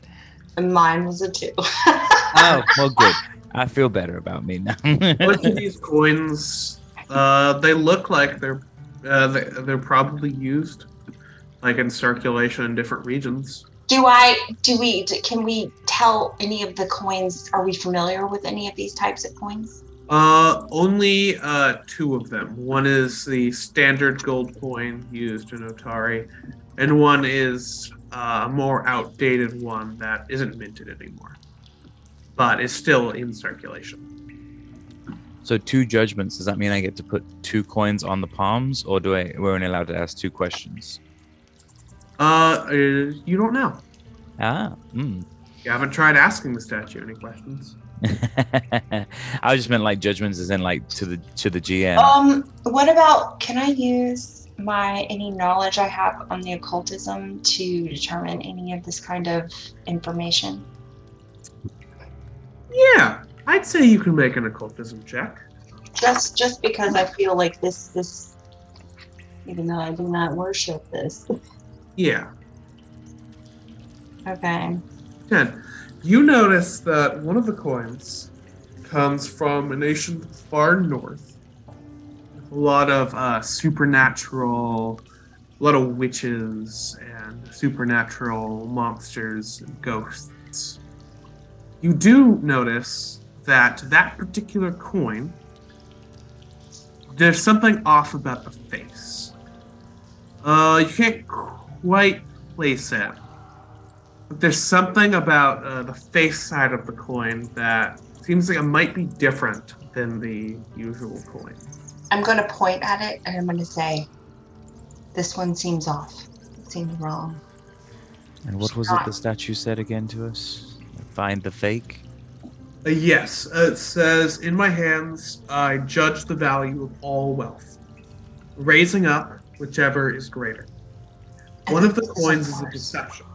Speaker 2: And mine was a two. [LAUGHS]
Speaker 3: oh, well, good. I feel better about me now. [LAUGHS]
Speaker 4: Both of these coins, uh, they look like they're uh, they, they're probably used, like in circulation in different regions.
Speaker 2: do I? Do we? d- Can we tell any of the coins? Are we familiar with any of these types of coins?
Speaker 4: Uh, only uh, two of them. One is the standard gold coin used in Otari, and one is uh, a more outdated one that isn't minted anymore, but is still in circulation.
Speaker 3: so two judgments. Does that mean I get to put two coins on the palms, or do I? We're only allowed to ask two questions.
Speaker 4: Uh, uh, you don't know.
Speaker 3: Ah. Mm.
Speaker 4: You haven't tried asking the statue any questions.
Speaker 3: [LAUGHS] I just meant like judgments, as in like to the to the GM.
Speaker 2: Um. What about? Can I use my any knowledge I have on the occultism to determine any of this kind of information?
Speaker 4: Yeah, I'd say you can make an occultism check.
Speaker 2: just just because I feel like this this even though I do not worship this.
Speaker 4: Yeah.
Speaker 2: Okay.
Speaker 4: 10. You notice that one of the coins comes from a nation far north a lot of uh, supernatural, a lot of witches and supernatural monsters and ghosts. You do notice that that particular coin, there's something off about the face. Uh, you can't quite place it. But there's something about uh, the face side of the coin that seems like it might be different than the usual coin.
Speaker 2: I'm going to point at it and I'm going to say, this one seems off. It seems wrong.
Speaker 3: And what was it the statue said again to us? Find the fake?
Speaker 4: Uh, yes, uh, it says, In my hands, I judge the value of all wealth, raising up whichever is greater.
Speaker 2: I
Speaker 4: One of
Speaker 2: think
Speaker 4: the
Speaker 2: this a
Speaker 4: coins is a
Speaker 2: farce.
Speaker 4: deception.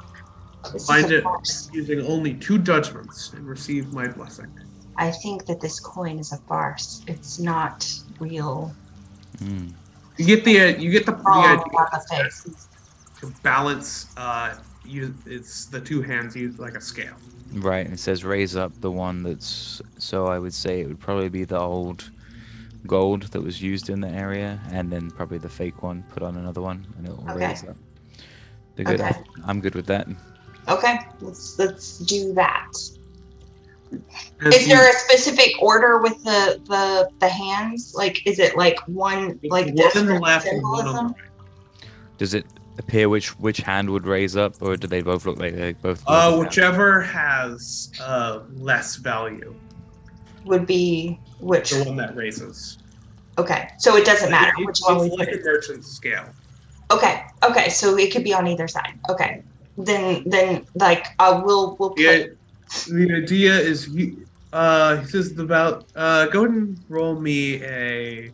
Speaker 2: This is
Speaker 4: Find
Speaker 2: a
Speaker 4: it.
Speaker 2: farce.
Speaker 4: Using only two judgments and receive my blessing.
Speaker 2: I think that this coin is a farce. It's not real.
Speaker 3: Hmm.
Speaker 4: You get the uh, you get the, the
Speaker 2: Wrong
Speaker 4: idea
Speaker 2: about the face.
Speaker 4: to balance. Uh, you it's the two hands used like a scale.
Speaker 3: Right, and it says raise up the one that's. So I would say it would probably be the old gold that was used in the area, and then probably the fake one. Put on another one, and it will
Speaker 2: Okay.
Speaker 3: raise up. They're good.
Speaker 2: Okay.
Speaker 3: I'm good with that.
Speaker 2: Okay, let's let's do that.
Speaker 4: As
Speaker 2: Is
Speaker 4: you-
Speaker 2: there a specific order with the the the hands? Like, is it like one like
Speaker 4: one
Speaker 2: this
Speaker 4: on the
Speaker 2: for
Speaker 4: left and one on the
Speaker 2: symbolism?
Speaker 4: right.
Speaker 3: Does it appear which which hand would raise up, or do they both look like they both?
Speaker 4: Uh,
Speaker 3: look-
Speaker 4: whichever has uh, less value,
Speaker 2: Would be which?
Speaker 4: the one that raises.
Speaker 2: Okay, so it doesn't matter
Speaker 4: It-
Speaker 2: which
Speaker 4: it's
Speaker 2: one we
Speaker 4: like
Speaker 2: put.
Speaker 4: a merchant scale.
Speaker 2: Okay, okay, so it could be on either side. Okay, then then like uh, we'll we'll put
Speaker 4: Yeah, the idea is you. Uh, he says about. Uh, go ahead and roll me a.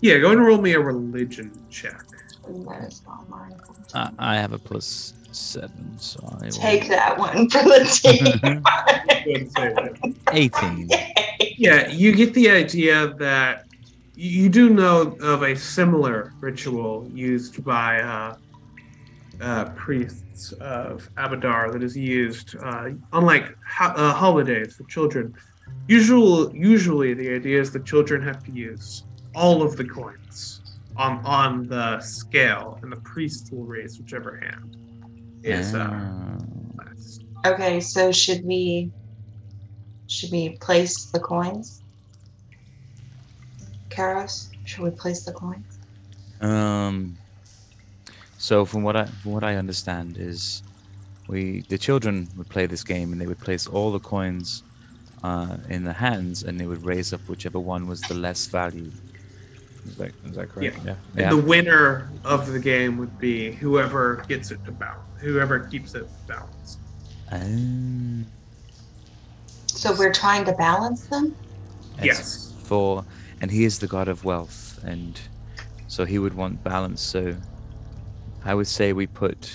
Speaker 4: Yeah, go ahead and roll me a religion
Speaker 2: [LAUGHS]
Speaker 4: check.
Speaker 2: that is not mine.
Speaker 3: I, I have a plus seven, so I will-
Speaker 2: Take that one for the team.
Speaker 4: Go ahead and say that.
Speaker 3: [LAUGHS]
Speaker 2: [LAUGHS]
Speaker 3: eighteen.
Speaker 4: yeah, you get the idea that you you do know of a similar ritual used by uh, uh, priests of Abadar that is used, uh, unlike ho- uh, holidays for children. Usual, usually, the idea is the children have to use all of the coins on on the scale, and the priest will raise whichever hand is uh,
Speaker 3: Ah.
Speaker 4: last.
Speaker 2: okay, so should we should we place the coins? Karos, should we place the coins?
Speaker 3: Um. So from what I from what I understand is, we the children would play this game and they would place all the coins uh, in the hands and they would raise up whichever one was the less value. Is that, is that correct? Yeah.
Speaker 4: And the winner of the game would be whoever gets it to balance, whoever keeps it balanced.
Speaker 3: Um,
Speaker 2: So we're trying to balance them.
Speaker 3: it's
Speaker 4: Yes.
Speaker 3: For and he is the god of wealth and so he would want balance. So I would say we put.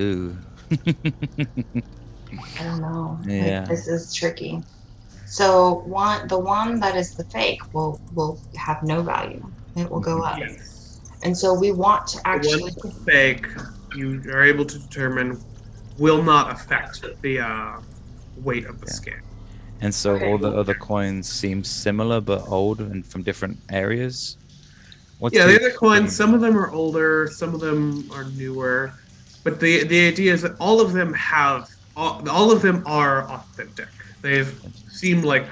Speaker 3: Ooh. [LAUGHS]
Speaker 2: I don't know. Like,
Speaker 3: Yeah.
Speaker 2: this is tricky. So one, the one that is the fake will will have no value. It will go up,
Speaker 4: Yes.
Speaker 2: and so we want to actually.
Speaker 4: Once the fake, you are able to determine, will not affect the uh, weight of the
Speaker 3: Yeah.
Speaker 4: scale.
Speaker 3: And so
Speaker 2: Okay.
Speaker 3: all the other coins seem similar but old and from different areas. What's
Speaker 4: Yeah, the
Speaker 3: the-
Speaker 4: other coins, some of them are older, some of them are newer, but the the idea is that all of them have all, all of them are authentic. They've seemed like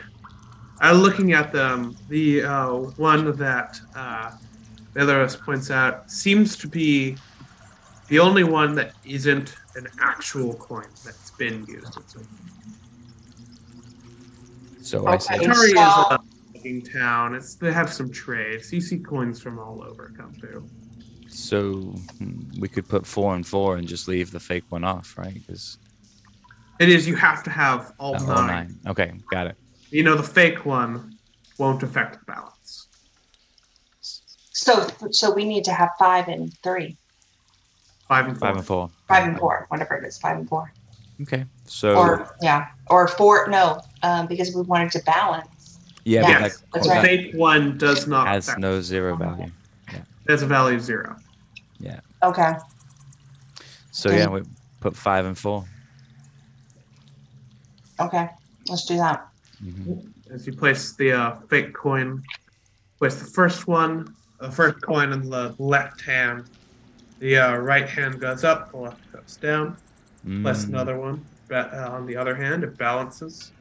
Speaker 4: uh, looking at them, the uh, one that uh, the other us points out seems to be the only one that isn't an actual coin that's been used.
Speaker 3: So Oh, I
Speaker 2: Okay.
Speaker 3: said,
Speaker 4: Atari is uh,
Speaker 2: so-
Speaker 4: a fucking town. It's they have some trades. You see coins from all over come through.
Speaker 3: so mm, we could put four and four and just leave the fake one off, right? Because
Speaker 4: It is you have to have all
Speaker 3: all
Speaker 4: nine.
Speaker 3: nine. Okay, got it.
Speaker 4: You know the fake one won't affect the balance.
Speaker 2: So so we need to have five and three,
Speaker 4: Five and four.
Speaker 3: Five and four.
Speaker 2: five and four, whatever it is, five and four,
Speaker 3: Okay, so
Speaker 2: or yeah, or four. No, um, because we wanted to balance.
Speaker 3: yeah,
Speaker 2: yeah,
Speaker 3: but
Speaker 4: yes,
Speaker 3: that,
Speaker 2: that's
Speaker 4: the
Speaker 3: that
Speaker 2: right.
Speaker 4: fake one does not
Speaker 3: has
Speaker 4: affect.
Speaker 3: no zero value.
Speaker 4: That's a value of zero.
Speaker 2: Okay.
Speaker 3: So
Speaker 2: Okay.
Speaker 3: yeah, we put five and 4
Speaker 2: Okay. Let's do that.
Speaker 3: Mhm.
Speaker 4: As you place the uh, fake coin with the first one, the first coin in the left hand. The uh, right hand goes up, the left goes down. Plus
Speaker 3: Mm.
Speaker 4: another one. But uh, on the other hand, it balances.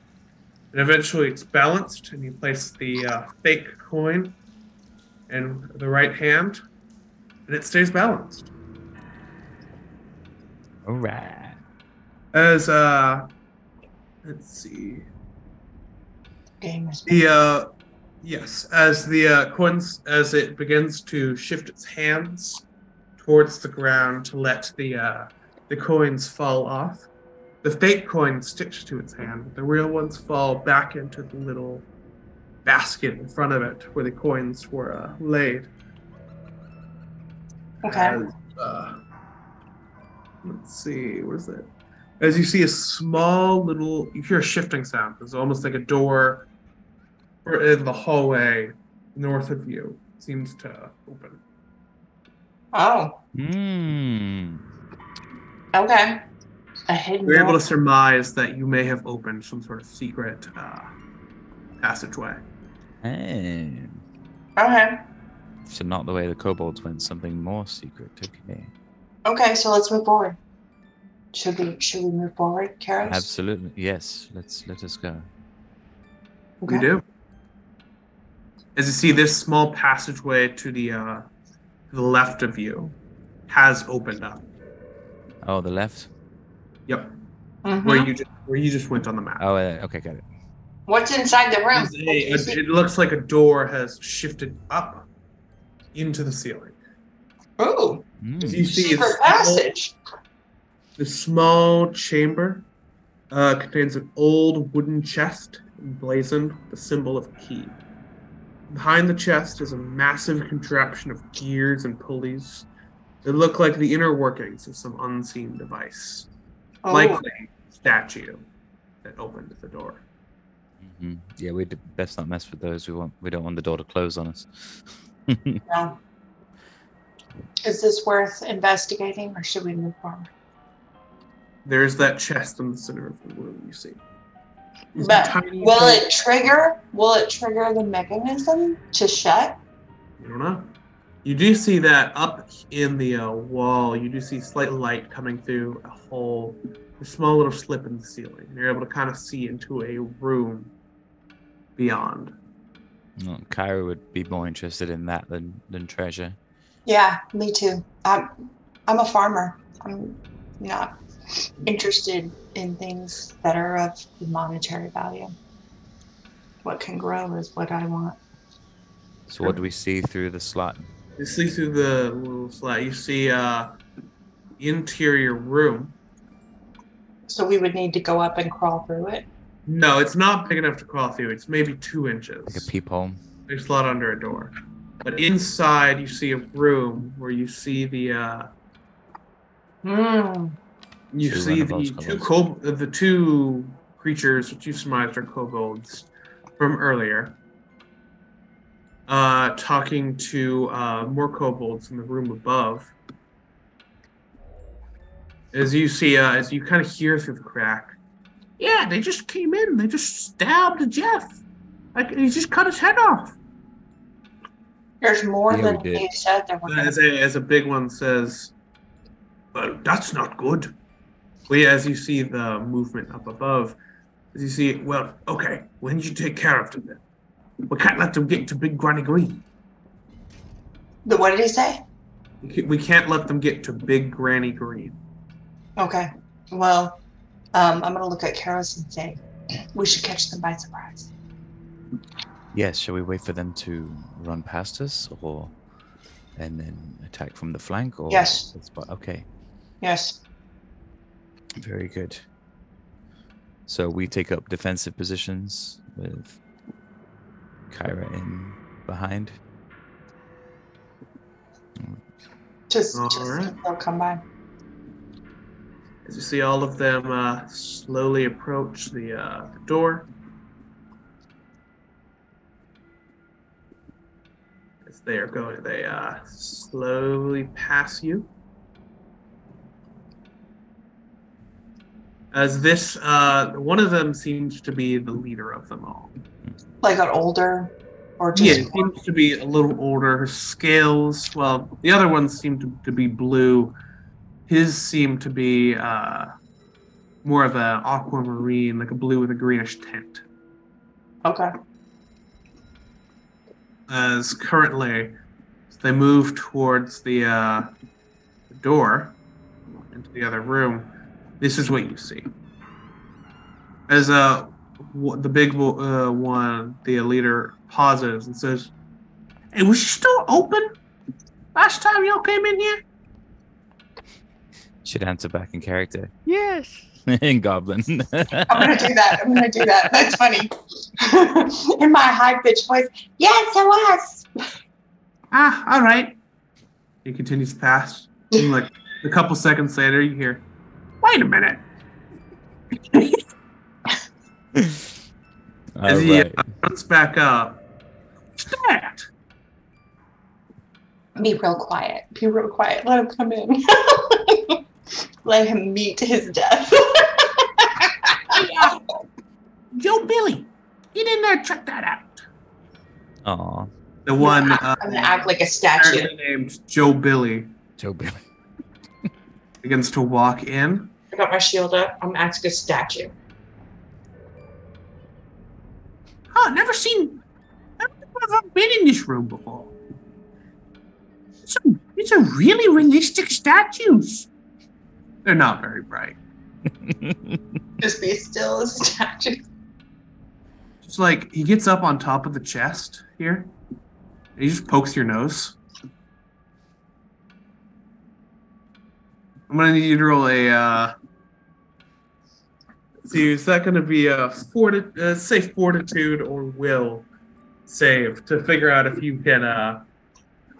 Speaker 4: And eventually it's balanced, and you place the uh, fake coin in the right hand, and it stays balanced.
Speaker 3: Mm. All right.
Speaker 4: As, uh, let's see.
Speaker 2: Game is
Speaker 4: The uh, yes, as the uh, coins as it begins to shift its hands towards the ground to let the uh, the coins fall off, the fake coin sticks to its hand. but The real ones fall back into the little basket in front of it where the coins were uh, laid.
Speaker 2: okay.
Speaker 4: As, uh, let's see, where's it? As you see a small little, you hear a shifting sound. It's almost like a door or in the hallway north of you seems to open.
Speaker 2: Oh,
Speaker 3: Mm.
Speaker 2: okay. A hidden.
Speaker 4: You're able
Speaker 2: door.
Speaker 4: to surmise that you may have opened some sort of secret uh, passageway.
Speaker 3: Hey.
Speaker 2: Okay.
Speaker 3: So not the way the kobolds went. Something more secret. Okay.
Speaker 2: Okay. So let's move forward. Should we? Should we move forward, Karis?
Speaker 3: Absolutely. Yes. Let's let us go.
Speaker 2: Okay.
Speaker 4: You do. As you see, this small passageway to the uh, to the left of you has opened up.
Speaker 3: Oh, the left.
Speaker 4: Yep,
Speaker 2: Mhm.
Speaker 4: where you just, where you just went on the map.
Speaker 3: Oh, uh, okay. Got it.
Speaker 2: What's inside the room?
Speaker 4: It's a- it, it looks like a door has shifted up into the ceiling.
Speaker 2: Ooh,
Speaker 4: As
Speaker 3: Mm.
Speaker 4: you see,
Speaker 2: secret
Speaker 4: it's-
Speaker 2: passage.
Speaker 4: The small chamber uh, contains an old wooden chest emblazoned with the symbol of key. Behind the chest is a massive contraption of gears and pulleys that look like the inner workings of some unseen device,
Speaker 2: Oh,
Speaker 4: likely statue that opened the door.
Speaker 3: Mhm. Yeah, we would best not mess with those. We want we don't want the door to close on us. [LAUGHS]
Speaker 2: no. Is this worth investigating, or should we move forward?
Speaker 4: There's that chest in the center of the room you see. It's a
Speaker 2: But
Speaker 4: tiny
Speaker 2: Will
Speaker 4: hole-
Speaker 2: it trigger? Will it trigger the mechanism to shut?
Speaker 4: You don't know. You do see that up in the uh, wall, you do see slight light coming through a hole, a small little slip in the ceiling. You're able to kind of see into a room beyond.
Speaker 3: Well, Kyra would be more interested in that than than treasure.
Speaker 2: Yeah, me too. I'm, I'm a farmer. I'm not interested in things that are of monetary value. What can grow is what I want.
Speaker 3: So what do we see through the slot?
Speaker 4: You see through the little slit, you see uh, interior room.
Speaker 2: So we would need to go up and crawl through it.
Speaker 4: No, it's not big enough to crawl through. It's maybe two inches.
Speaker 3: Like a peephole.
Speaker 4: There's a slot under a door. But inside, you see a room where you see the uh,
Speaker 2: Mm.
Speaker 4: You
Speaker 3: Two
Speaker 4: see the
Speaker 3: Renovals
Speaker 4: two
Speaker 3: kobolds.
Speaker 4: kob- uh, the two creatures which you surmised are kobolds from earlier, uh, talking to uh, more kobolds in the room above. As you see, uh, as you kind of hear through the crack,
Speaker 5: Yeah, they just came in. They just stabbed Jeff. Like he just cut his head off.
Speaker 2: There's more
Speaker 3: Yeah,
Speaker 2: than
Speaker 3: we did.
Speaker 2: you said there were.
Speaker 4: as a, as a big one says, "Well, that's not good." Well, yeah, as you see the movement up above, as you see, well, okay, when you take care of them then? We can't let them get to Big Granny Green.
Speaker 2: The- What did he say?
Speaker 4: We ca- We can't let them get to Big Granny Green.
Speaker 2: Okay. Well, um, I'm gonna look at Karis and say we should catch them by surprise.
Speaker 3: Yes. Shall we wait for them to run past us, or and then attack from the flank? Or
Speaker 2: Yes.
Speaker 3: that's what- Okay.
Speaker 2: Yes.
Speaker 3: Very good. So we take up defensive positions with Kyra in behind.
Speaker 2: Just,
Speaker 4: All
Speaker 2: just
Speaker 4: right.
Speaker 2: they'll come by.
Speaker 4: As you see all of them uh, slowly approach the uh, door. As they are going, they uh, slowly pass you. As this, uh, one of them seems to be the leader of them all.
Speaker 2: Like an older Or
Speaker 4: Yeah,
Speaker 2: just
Speaker 4: it seems to be a little older. Her scales, well, the other ones seem to, to be blue. His seem to be uh, more of a aquamarine, like a blue with a greenish tint.
Speaker 2: okay.
Speaker 4: As currently, they move towards the uh, door into the other room. This is what you see. As uh, w- the big wo- uh, one, the leader pauses and says,
Speaker 5: Hey, was she still open last time y'all came in here?
Speaker 3: Should answer back in character.
Speaker 6: Yes.
Speaker 3: [LAUGHS] in Goblin.
Speaker 2: I'm gonna do that. I'm gonna do that. That's funny. [LAUGHS] In my high pitched voice. Yes, it was.
Speaker 5: Ah, all right.
Speaker 4: It continues past. And like a couple seconds later, you hear, "Wait a minute!"
Speaker 3: All
Speaker 4: he, uh,
Speaker 3: right.
Speaker 4: Runs back up. What's that?
Speaker 2: Be real quiet. Be real quiet. Let him come in. [LAUGHS] Let him meet his death. [LAUGHS]
Speaker 5: Joe Billy, get in there and check that out.
Speaker 3: Aw,
Speaker 4: The one uh,
Speaker 2: I'm gonna act like a statue.
Speaker 4: apparently named Joe Billy
Speaker 3: Joe Billy. [LAUGHS]
Speaker 4: begins to walk in.
Speaker 2: I got my shield up. I'm acting a statue.
Speaker 5: Oh, never seen. I don't think I've ever been in this room before. It's a, it's a really realistic statues.
Speaker 4: They're not very bright.
Speaker 2: Just be still a statue.
Speaker 4: Just like he gets up on top of the chest here, and he just pokes your nose. I'm gonna need you to roll a. Uh, see, is that gonna be a forti- uh, say fortitude or will save to figure out if you can uh,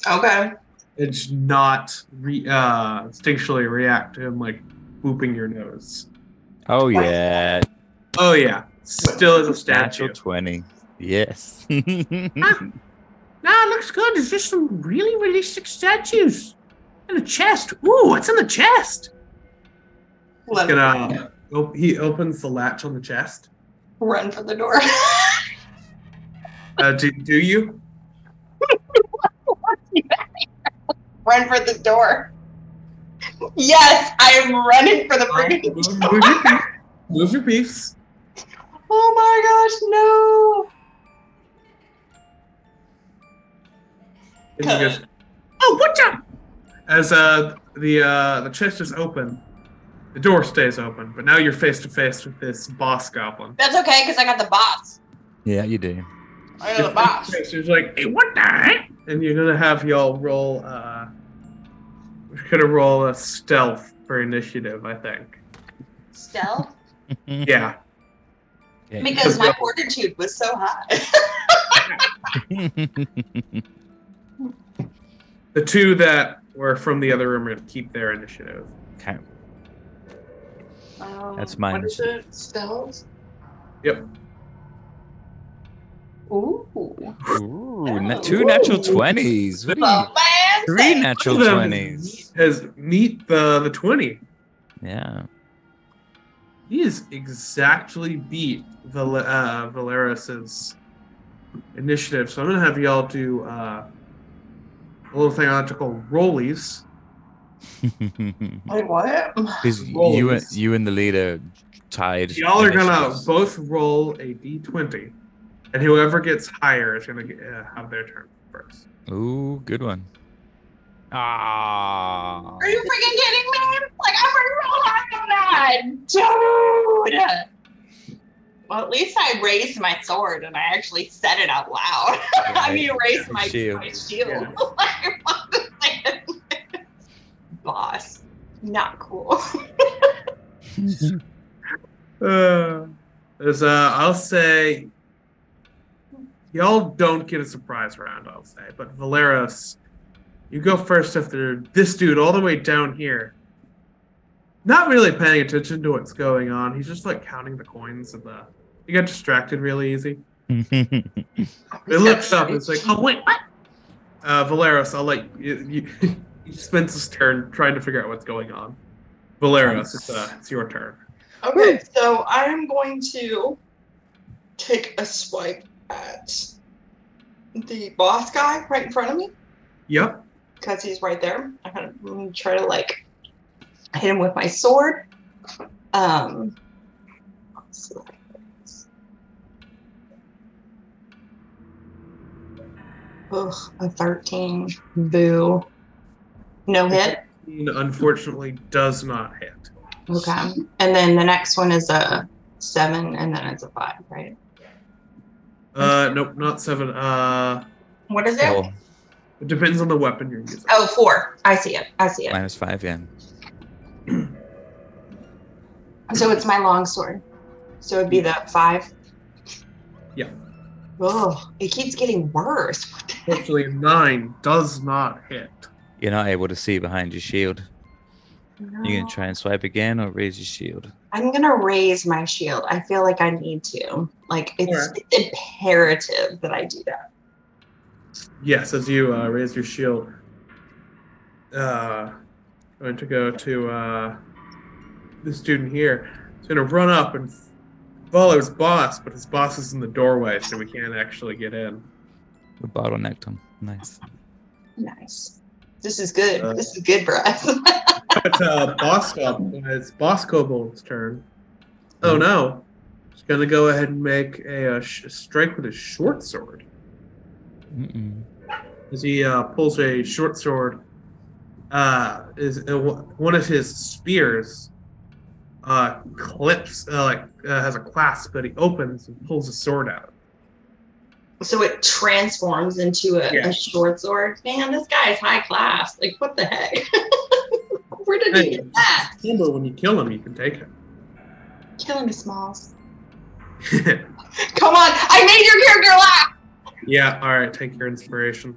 Speaker 2: Okay.
Speaker 4: it's not re- uh, instinctually react to him like booping your nose.
Speaker 3: Oh yeah,
Speaker 4: Oh yeah, still is a statue.
Speaker 3: natural twenty. Yes.
Speaker 5: Nah, it looks good. It's just some really realistic statues. And a chest. Ooh, what's in the chest?
Speaker 2: Let him
Speaker 4: Gonna, uh, op- he opens the latch on the chest.
Speaker 2: run for the door. [LAUGHS]
Speaker 4: Uh, do, do you?
Speaker 2: run for the door. Yes, I am running for the freaking
Speaker 4: move, [LAUGHS] move your piece. Move your piece.
Speaker 2: Oh my gosh, no!
Speaker 4: And he goes-
Speaker 5: [LAUGHS] Oh, what's up?
Speaker 4: as uh, the uh, the chest is open, the door stays open, but now you're face to face with this boss goblin.
Speaker 2: That's okay, because I got the boss.
Speaker 3: [LAUGHS] yeah, you do. [LAUGHS]
Speaker 2: I
Speaker 4: You're
Speaker 2: got the boss.
Speaker 4: face-to-face, He's like,
Speaker 5: Hey, what the heck?
Speaker 4: and you're gonna have y'all roll. Uh, we're gonna roll a stealth for initiative, I
Speaker 2: [LAUGHS]
Speaker 4: think.
Speaker 3: [LAUGHS]
Speaker 2: Stealth?
Speaker 4: Yeah.
Speaker 3: Yeah, you
Speaker 2: Because my fortitude was so high.
Speaker 4: The two that were from the other room are gonna keep their initiative.
Speaker 3: Okay.
Speaker 2: Um,
Speaker 3: That's mine.
Speaker 2: What is it? Stealth?
Speaker 4: Yep.
Speaker 2: Ooh.
Speaker 3: Ooh, na- two natural twenties. What are you?
Speaker 2: Well, man,
Speaker 3: Three
Speaker 2: say-
Speaker 3: natural
Speaker 4: One of them
Speaker 3: twenties.
Speaker 4: Has meet the the twenty.
Speaker 3: Yeah. [LAUGHS]
Speaker 4: He is exactly beat Val- uh, Valeris's initiative. So I'm going to have y'all do uh, a little thing I like to call rollies.
Speaker 2: Wait, what?
Speaker 3: Because you and
Speaker 4: Rolls.
Speaker 3: you and the leader tied.
Speaker 4: Y'all are going to
Speaker 3: initiatives.
Speaker 4: both roll a d20, and whoever gets higher is going to uh, have their turn first.
Speaker 3: Ooh, good one. Ah.
Speaker 2: Are you freaking kidding me? Like, I'm already rolled out of that! Dude! Well, at least I raised my sword and I actually said it out loud. [LAUGHS] I mean, raised my
Speaker 3: Shield.
Speaker 2: shield. My shield. [LAUGHS] Like, what the heck? Boss. Not cool.
Speaker 4: Uh, is, uh, I'll say y'all don't get a surprise round, I'll say, but Valeros, you go first after this dude all the way down here. Not really paying attention to what's going on. He's just like counting the coins and the. He got distracted really easy.
Speaker 2: [LAUGHS]
Speaker 4: It looks up. It's like, oh wait, what? Uh, Valeros, I'll like you, you. He spends his turn trying to figure out what's going on. Valeros, it's, uh, it's your turn.
Speaker 2: Okay, so I am going to take a swipe at the boss guy right in front of me
Speaker 4: Yep.
Speaker 2: because he's right there. I'm gonna- I'm gonna mm, try to like hit him with my sword. Um, let's see what happens. Ugh, a 13. Boo. No hit.
Speaker 4: Unfortunately, does not hit.
Speaker 2: Okay. And then the next one is a seven and then it's a five, right?
Speaker 4: Uh, nope, not seven. Uh,
Speaker 2: What is it?
Speaker 3: [LAUGHS] Four,
Speaker 4: it depends on the weapon you're using.
Speaker 2: Oh, four. I see it. I see it.
Speaker 3: minus five, yeah.
Speaker 2: So it's my long sword. So it'd be the five.
Speaker 4: Yeah.
Speaker 2: Oh, it keeps getting worse. What the-
Speaker 4: Unfortunately, a nine does not hit.
Speaker 3: You're not able to see behind your shield. You
Speaker 2: No.
Speaker 3: can try and swipe again or raise your shield.
Speaker 2: I'm gonna raise my shield. I feel like I need to. Like it's, it's imperative that I do that.
Speaker 4: Yes, as you uh, raise your shield, uh, I'm going to go to uh, this student here. He's going to run up and follow his boss, but his boss is in the doorway, so we can't actually get in.
Speaker 3: We bottlenecked him. Nice.
Speaker 2: Nice. This is good.
Speaker 4: Uh,
Speaker 2: this is good for us.
Speaker 4: But uh, Bosco, it's Bosco Bull's turn. Oh no, he's going to go ahead and make a, uh sh- strike with his short sword.
Speaker 3: Mm-mm.
Speaker 4: as he uh, pulls a short sword. Uh, is uh, one of his spears uh, clips uh, like uh, has a clasp that he opens and pulls his sword out.
Speaker 2: [LAUGHS] so it transforms into a,
Speaker 4: Yeah.
Speaker 2: a short sword. Man, this guy is high class. Like what the heck? [LAUGHS] Where did he
Speaker 4: Hey.
Speaker 2: get that?
Speaker 4: Remember, when you kill him, you can take
Speaker 2: Killing me, Smalls.
Speaker 4: him. [LAUGHS]
Speaker 2: Come on, I made your character laugh.
Speaker 4: yeah. All right. Take your inspiration.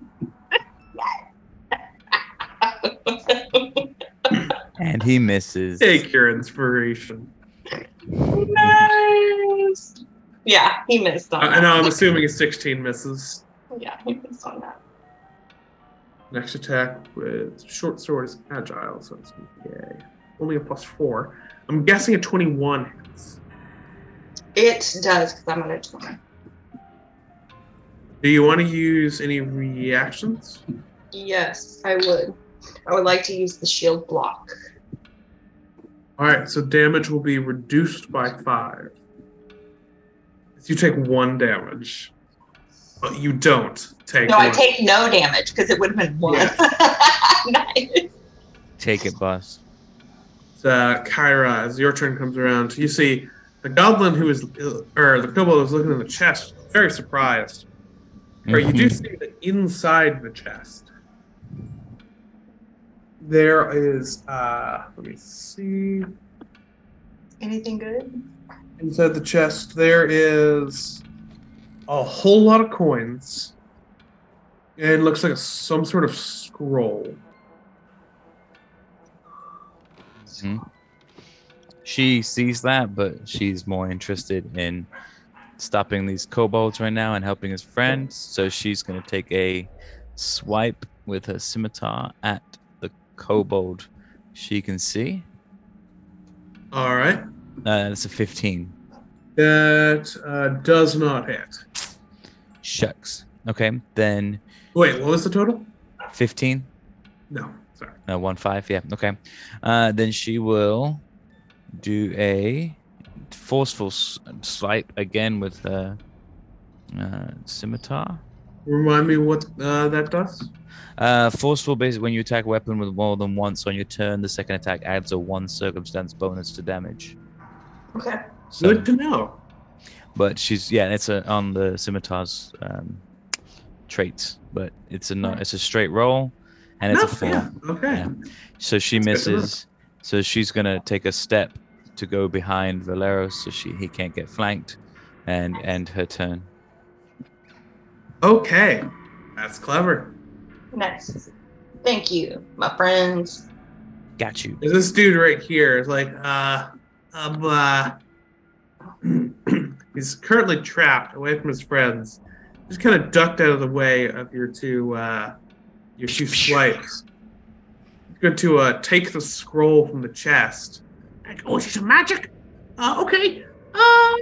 Speaker 2: [LAUGHS]
Speaker 3: And he misses.
Speaker 4: Take your inspiration.
Speaker 2: nice. Yeah, he missed on
Speaker 4: I I
Speaker 2: that.
Speaker 4: know. Uh, I'm assuming a 16 misses.
Speaker 2: [LAUGHS] Yeah, he missed on that.
Speaker 4: Next attack with short sword is agile, so it's yay. Only a plus four. I'm guessing a 21 hits.
Speaker 2: It does because I'm at a twenty.
Speaker 4: Do you want to use any reactions?
Speaker 2: Yes, I would. I would like to use the shield block.
Speaker 4: All right, so damage will be reduced by five. You take one damage, but you don't take.
Speaker 2: No, I
Speaker 4: one.
Speaker 2: take no damage because it would have been one.
Speaker 4: Yeah.
Speaker 2: [LAUGHS] nice.
Speaker 3: Take it, boss.
Speaker 4: So, Kyra, as your turn comes around, you see the goblin who is, or the kobold is looking in the chest, very surprised. Or you do see that inside the chest, there is. uh Let me see.
Speaker 2: Anything good?
Speaker 4: Inside the chest, there is a whole lot of coins. And it looks like some sort of scroll.
Speaker 3: Mm-hmm. She sees that, but she's more interested in stopping these kobolds right now and helping his friends. So she's going to take a swipe with her scimitar at the kobold she can see.
Speaker 4: All right.
Speaker 3: Uh, that's a 15.
Speaker 4: That uh, does not hit.
Speaker 3: Shucks. Okay. Then
Speaker 4: Wait, what was the total?
Speaker 3: 15.
Speaker 4: No, sorry.
Speaker 3: No, one five. Yeah. Okay. Uh, then she will do a forceful s- swipe again with her uh, scimitar.
Speaker 4: Remind me what uh, that does.
Speaker 3: Uh, forceful basically when you attack a weapon with more than once on your turn, the second attack adds a one circumstance bonus to damage.
Speaker 2: Okay.
Speaker 3: So,
Speaker 4: Good to know.
Speaker 3: but she's yeah, it's a, on the scimitar's um, traits, but it's a no, it's a straight roll, and it's a
Speaker 4: Enough,
Speaker 3: four.
Speaker 4: yeah. Okay.
Speaker 3: Yeah. So she
Speaker 4: That's good to know.
Speaker 3: misses. So she's gonna take a step to go behind Valero, so she he can't get flanked, and end her turn.
Speaker 4: Okay. That's clever.
Speaker 2: Nice. Thank you, my
Speaker 4: [LAUGHS]
Speaker 2: friends.
Speaker 3: Got you.
Speaker 4: There's this dude right here is like, uh, um, uh, [CLEARS THROAT] he's currently trapped away from his friends. Just kind of ducked out of the way of your two, uh, your two swipes. He's going to uh, take the scroll from the chest.
Speaker 5: Like, oh, she's magic. Uh, okay. Uh,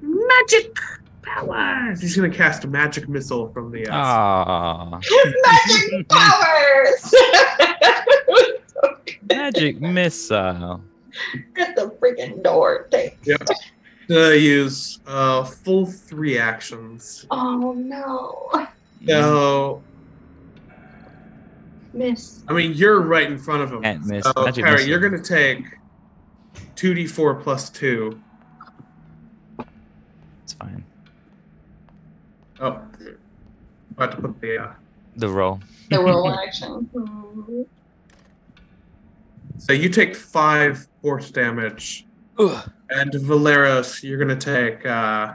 Speaker 5: magic.
Speaker 4: powers. He's gonna cast a magic missile from the. Uh,
Speaker 3: Ah,
Speaker 2: Magic powers! [LAUGHS]
Speaker 3: magic missile.
Speaker 2: Get the freaking door. Thanks.
Speaker 4: uh, use uh, full three actions.
Speaker 2: Oh no.
Speaker 4: So
Speaker 2: Miss.
Speaker 4: I mean, you're right in front of him.
Speaker 3: Can't miss.
Speaker 4: So,
Speaker 3: Magic
Speaker 4: Harry,
Speaker 3: missile.
Speaker 4: you're gonna take two d four plus two.
Speaker 3: It's fine.
Speaker 4: Oh, about to put the. Uh,
Speaker 3: The roll.
Speaker 2: The roll
Speaker 4: [LAUGHS]
Speaker 2: action. Hmm.
Speaker 4: so you take five force damage,
Speaker 1: Ugh.
Speaker 4: and Valeros, you're gonna take. Uh,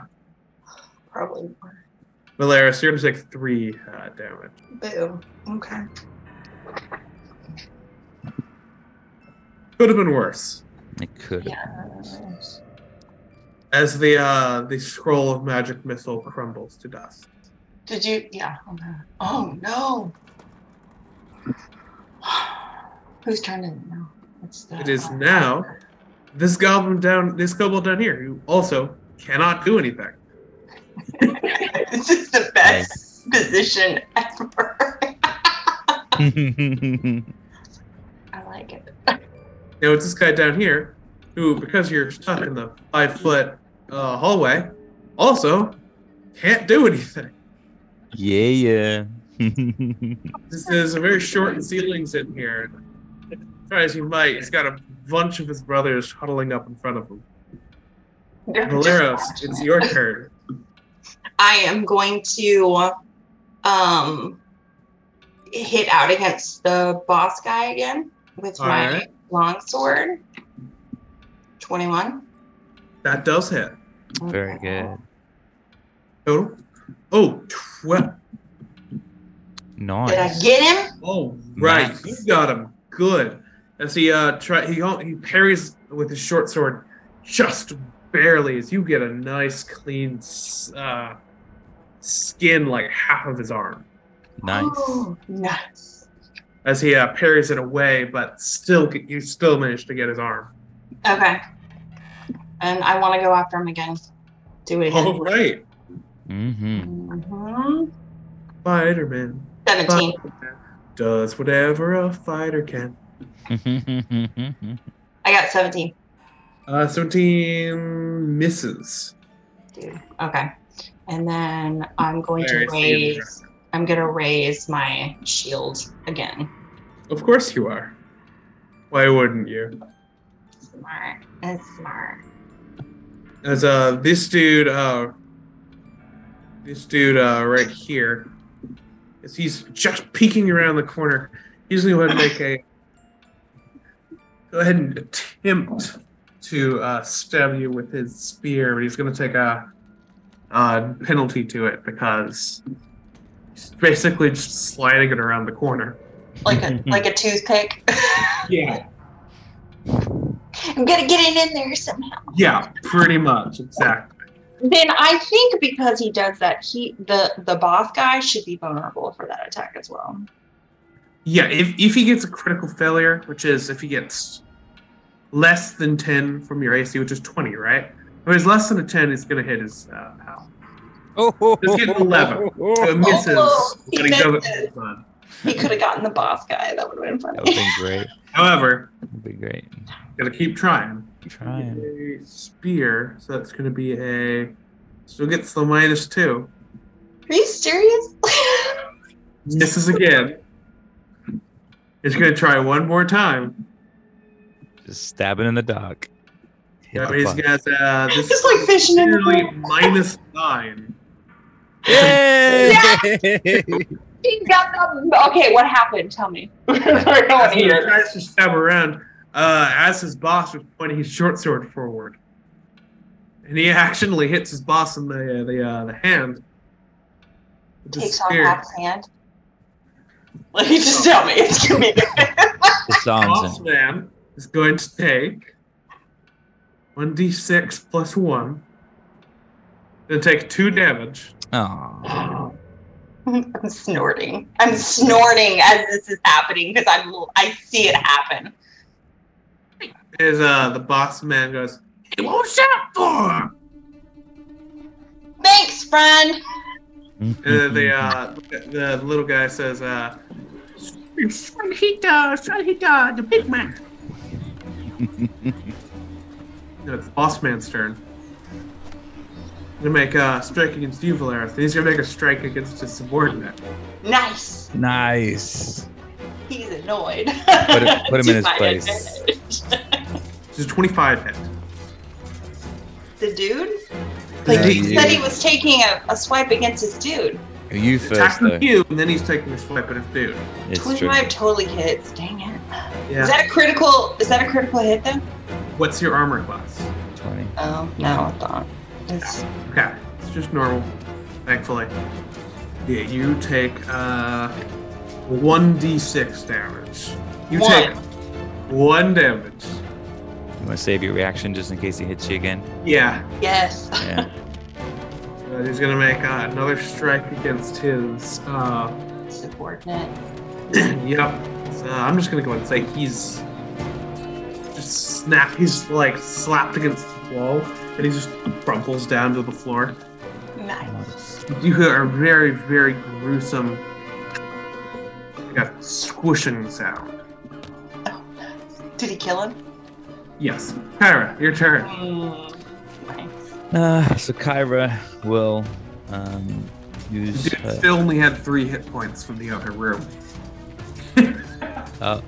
Speaker 2: Probably. more.
Speaker 4: Valeris, you're gonna take three uh, damage.
Speaker 2: Boo. Okay.
Speaker 4: Could have been worse.
Speaker 3: It could.
Speaker 2: Yes.
Speaker 4: As the uh, the scroll of magic missile crumbles to dust.
Speaker 2: Did you? Yeah. Okay. Oh no. [SIGHS] Who's turn is it now? It's the, uh,
Speaker 4: It is now this goblin down this goblin down here who also cannot do anything.
Speaker 2: [LAUGHS] this is the best position ever.
Speaker 3: [LAUGHS]
Speaker 2: I like [LAUGHS] it.
Speaker 4: Now it's this guy down here who, because you're stuck in the five foot uh, hallway, also can't do anything.
Speaker 3: yeah, [LAUGHS] yeah.
Speaker 4: This is a very short ceilings in here. Try as you might, he's got a bunch of his brothers huddling up in front of him. Valeros, it's your turn.
Speaker 2: I am going to um hit out against the boss guy again with
Speaker 4: All
Speaker 2: my
Speaker 4: right.
Speaker 2: longsword. 21.
Speaker 4: That does hit.
Speaker 3: Very good.
Speaker 4: Total? Oh, 12.
Speaker 3: Nice.
Speaker 2: Did I get him?
Speaker 4: Oh, right.
Speaker 3: Nice.
Speaker 4: You got him. Good. As he uh try he al- he parries with his short sword just barely as you get a nice clean s- uh skin like half of his arm.
Speaker 3: nice.
Speaker 2: [GASPS] Oh, nice.
Speaker 4: As he uh, parries it away, but still get, you still manage to get his arm.
Speaker 2: Okay. And I want to go after him again. Do it again.
Speaker 4: [LAUGHS]
Speaker 3: Oh.
Speaker 4: All right.
Speaker 3: Mm-hmm.
Speaker 2: Mhm.
Speaker 4: Spider Man
Speaker 2: 17.
Speaker 4: does whatever a fighter can.
Speaker 2: I got 17.
Speaker 4: Uh 17 misses.
Speaker 2: Dude. Okay. And then I'm going
Speaker 4: There,
Speaker 2: to
Speaker 4: it's the end of the
Speaker 2: raise. I'm going to raise my shield again.
Speaker 4: Of course you are. Why wouldn't you?
Speaker 2: Smart. That's smart.
Speaker 4: As uh, this dude, uh, this dude uh, right here, as he's just peeking around the corner, he's gonna go ahead and make a go ahead and attempt to uh, stab you with his spear, but he's gonna take a, uh penalty to it because he's basically just sliding it around the corner.
Speaker 2: Like
Speaker 3: [LAUGHS]
Speaker 2: a like a toothpick. [LAUGHS]
Speaker 4: Yeah,
Speaker 2: I'm gonna get it in there somehow.
Speaker 4: yeah, pretty much, exactly.
Speaker 2: Then I think because he does that, he the the boss guy should be vulnerable for that attack as well.
Speaker 4: Yeah, if, if he gets a critical failure, which is if he gets less than 10 from your AC, which is 20, right? If it's less than a 10, it's going to hit his uh, pal.
Speaker 3: Oh,
Speaker 4: Let's get an 11. So it misses,
Speaker 2: Oh, he
Speaker 4: but he doesn't
Speaker 2: misses.
Speaker 4: hold on.
Speaker 2: He could have gotten the boss guy. That would have been
Speaker 3: That would
Speaker 2: funny.
Speaker 3: be great.
Speaker 4: However,
Speaker 3: That would be great.
Speaker 4: got to keep trying.
Speaker 3: Trying.
Speaker 4: A spear, so that's going to be a. Still gets the minus two.
Speaker 2: Are you serious? [LAUGHS]
Speaker 4: Misses again. It's going to try one more time.
Speaker 3: Just stabbing in the dark. Hit
Speaker 4: That
Speaker 3: the
Speaker 4: means
Speaker 3: button.
Speaker 4: he has uh,
Speaker 2: It's [LAUGHS]
Speaker 4: this
Speaker 2: just like fishing in the
Speaker 4: nearly
Speaker 2: pool.
Speaker 4: minus nine.
Speaker 3: Yay! [LAUGHS]
Speaker 2: He got the. Okay, what happened? Tell me. [LAUGHS] I
Speaker 4: As
Speaker 2: don't
Speaker 4: he
Speaker 2: hear.
Speaker 4: tries to stab around, uh, as his boss was pointing his short sword forward, and he accidentally hits his boss in the uh, the uh, the hand. With the
Speaker 2: Takes off
Speaker 4: spear.
Speaker 2: half his hand. Like you just tell me. It's gonna be.
Speaker 3: Disarms
Speaker 4: Boss
Speaker 3: him.
Speaker 4: man is going to take one d six plus one. Then take two damage.
Speaker 3: Aw.
Speaker 2: [LAUGHS] I'm snorting. I'm snorting as this is happening because I'm I see it happen.
Speaker 4: As uh, the boss man goes, "Hey, what was that for?"
Speaker 2: Thanks, friend.
Speaker 4: And
Speaker 3: [LAUGHS]
Speaker 4: then the, uh, the the little guy says, uh,
Speaker 5: Try to hit, uh, try to hit uh, the big man.
Speaker 4: No, it's boss man's turn. Gonna make a strike against you, Valerith. He's gonna make a strike against his subordinate.
Speaker 2: Nice.
Speaker 3: nice.
Speaker 2: He's annoyed.
Speaker 3: Put it-
Speaker 2: [LAUGHS]
Speaker 3: put him
Speaker 2: To
Speaker 3: in his
Speaker 2: my
Speaker 3: place.
Speaker 2: advantage.
Speaker 4: It's a 25 hit.
Speaker 2: the dude? Like,
Speaker 3: Uh,
Speaker 2: he said
Speaker 3: you.
Speaker 2: he was taking a, a swipe against his dude.
Speaker 3: You
Speaker 4: He's
Speaker 3: first,
Speaker 4: attacking
Speaker 3: though.
Speaker 4: you, and then he's taking a swipe at his dude.
Speaker 3: It's true.
Speaker 2: 25 totally hits. Dang it.
Speaker 4: Yeah.
Speaker 2: Is that a critical? Is that a critical hit then?
Speaker 4: What's your armor class?
Speaker 3: 20.
Speaker 2: Oh no, it's not. It's
Speaker 4: Okay, it's just normal, thankfully. Yeah, you take uh, 1d6 damage. You
Speaker 2: One.
Speaker 4: take one damage.
Speaker 3: You want to save your reaction just in case he hits you again?
Speaker 4: Yeah,
Speaker 2: yes.
Speaker 3: Yeah.
Speaker 4: uh, he's gonna make uh, another strike against his uh,
Speaker 2: Subordinate.
Speaker 4: Yep. So I'm just gonna go and say he's just snap. He's like slapped against the wall, and he just crumples down to the floor.
Speaker 2: Nice.
Speaker 4: You hear a very, very gruesome, like a squishing sound.
Speaker 2: Oh, nice. Did he kill him?
Speaker 4: Yes, Kyra, your turn.
Speaker 2: Mm, nice.
Speaker 3: Uh, so Kyra will um, use.
Speaker 4: Dude
Speaker 3: her-
Speaker 4: still only had three hit points from the other room.
Speaker 3: oh,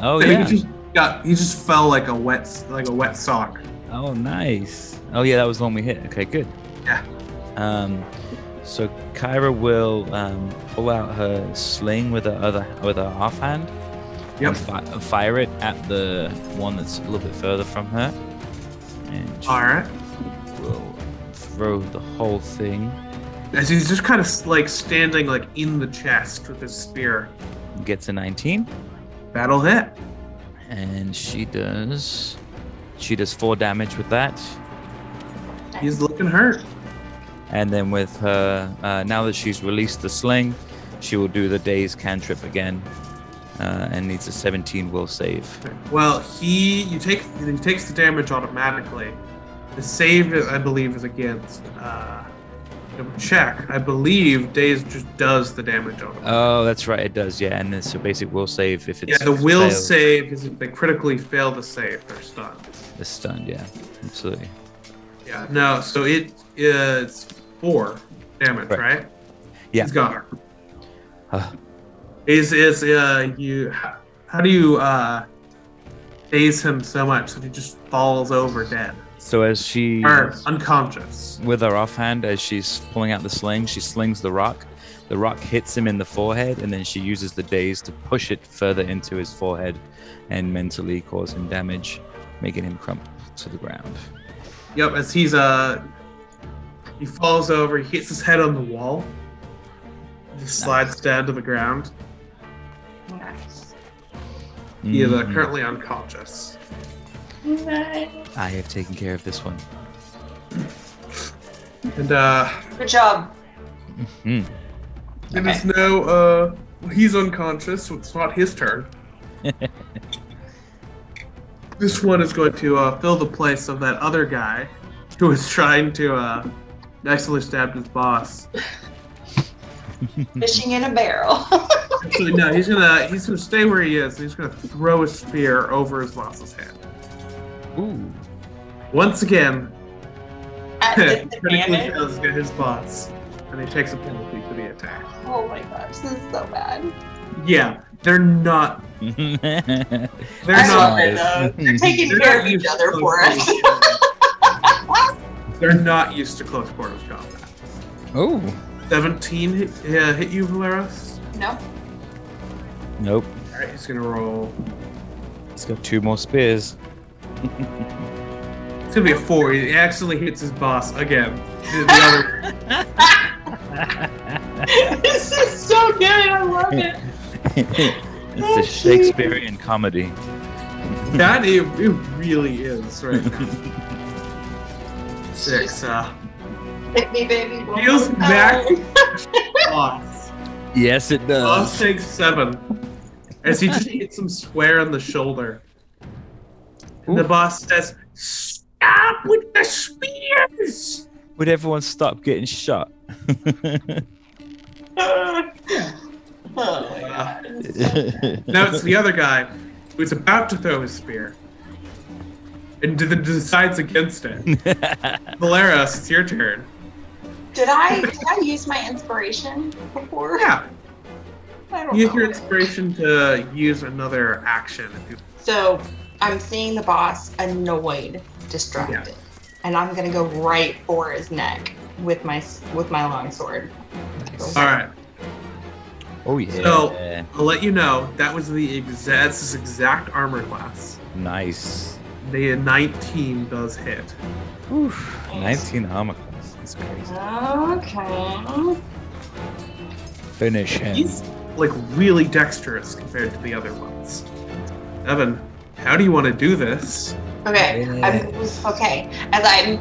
Speaker 4: So
Speaker 3: yeah.
Speaker 4: He just got. He just fell like a wet, like a wet sock.
Speaker 3: Oh, nice. Oh, yeah, that was the one we hit. Okay, good.
Speaker 4: Yeah.
Speaker 3: Um, so Kyra will um, pull out her sling with her other with her half hand.
Speaker 4: Yep.
Speaker 3: And fi- and fire it at the one that's a little bit further from her, and she
Speaker 4: All right.
Speaker 3: will throw the whole thing.
Speaker 4: As he's just kind of like standing like in the chest with his spear.
Speaker 3: Gets a 19,
Speaker 4: That'll hit.
Speaker 3: and she does. She does four damage with that,
Speaker 4: He's looking hurt.
Speaker 3: and then with her uh, now that she's released the sling, she will do the day's cantrip again, uh, and needs a 17 will save.
Speaker 4: Well, he you take he takes the damage automatically. The save, I believe, is against. Uh, double check. I believe Daze just does the damage automatically.
Speaker 3: Oh, that's right, it does. Yeah, and then so basic will save if
Speaker 4: yeah,
Speaker 3: it's
Speaker 4: the will
Speaker 3: failed.
Speaker 4: save is if they critically fail to save. They're stunned.
Speaker 3: It's stunned. Yeah, absolutely.
Speaker 4: Yeah. No. So it is four damage,
Speaker 3: Right.
Speaker 4: right?
Speaker 3: Yeah.
Speaker 4: He's gone.
Speaker 3: Huh.
Speaker 4: Is is uh you? How, how do you uh daze him so much that he just falls over dead
Speaker 3: So as she
Speaker 4: or unconscious?
Speaker 3: with her offhand as she's pulling out the sling. She slings the rock. The rock hits him in the forehead, and then she uses the daze to push it further into his forehead and mentally cause him damage, making him crumple to the ground.
Speaker 4: Yep, as he's uh he falls over, he hits his head on the wall. Just slides down to the ground.
Speaker 2: Nice.
Speaker 4: He is uh,
Speaker 3: Mm,
Speaker 4: currently unconscious.
Speaker 2: Nice.
Speaker 3: I have taken care of this one.
Speaker 4: And uh
Speaker 2: Good job.
Speaker 3: Hmm.
Speaker 4: it is now uh he's unconscious, so it's not his turn. this one is going to uh, fill the place of that other guy who was trying to uh accidentally stabbed his boss.
Speaker 2: Fishing in a barrel. [LAUGHS]
Speaker 4: Actually, no, he's gonna he's gonna stay where he is. and He's gonna throw a spear over his boss's head.
Speaker 3: Ooh. [LAUGHS]
Speaker 2: [LAUGHS]
Speaker 4: Once again, [LAUGHS]
Speaker 2: At
Speaker 4: critically
Speaker 2: disadvantage.
Speaker 4: fails to get his bots, and he takes a penalty for the attack.
Speaker 2: Oh my gosh, this is so bad.
Speaker 4: Yeah, they're not. They're
Speaker 2: I
Speaker 4: not.
Speaker 2: love it though. They're taking
Speaker 4: [LAUGHS] they're
Speaker 2: care
Speaker 4: not
Speaker 2: of each
Speaker 4: used to
Speaker 2: other
Speaker 4: close
Speaker 2: for us.
Speaker 4: quarters combat. they're not used to close quarters combat.
Speaker 3: Ooh.
Speaker 4: Seventeen hit, uh, hit you, Valeros.
Speaker 2: [LAUGHS] No. [LAUGHS]
Speaker 3: Nope.
Speaker 4: All right, he's gonna roll.
Speaker 3: He's got two more spears.
Speaker 4: It's gonna be a four. He accidentally hits his boss again. The- the other-
Speaker 2: this is so good. I love it.
Speaker 3: [LAUGHS] it's a Shakespearean comedy.
Speaker 4: that it, it really is right now. Six. Uh,
Speaker 2: Hit me, baby. one
Speaker 4: Feels
Speaker 2: more [LAUGHS]
Speaker 4: back.
Speaker 2: time.
Speaker 4: boss.
Speaker 3: Yes, it
Speaker 4: Boss
Speaker 3: does.
Speaker 4: takes seven. As he just hits him square on the shoulder. And the boss says, Stop with the spears!
Speaker 3: Would everyone stop getting shot?
Speaker 2: Oh my god.
Speaker 4: Now it's the other guy who's about to throw his spear and d- d- decides against it. Valeros, it's your turn.
Speaker 2: Did I did I use my inspiration before?
Speaker 4: Yeah,
Speaker 2: I don't
Speaker 4: use your
Speaker 2: know.
Speaker 4: inspiration to use another action. If you,
Speaker 2: So I'm seeing the boss annoyed, distracted, and I'm gonna go right for his neck with my s- with my longsword.
Speaker 4: all right,
Speaker 3: [LAUGHS] oh yeah.
Speaker 4: So- I'll let you know that was the exact, this is exact armor class.
Speaker 3: nice.
Speaker 4: The 19 does hit.
Speaker 3: Oof, 19 armor class. That's crazy.
Speaker 2: Okay.
Speaker 3: Finish him.
Speaker 4: He's like really dexterous compared to the other ones. Evan, how do you want to do this?
Speaker 2: Okay.
Speaker 3: Yeah.
Speaker 2: I'm okay. As I'm,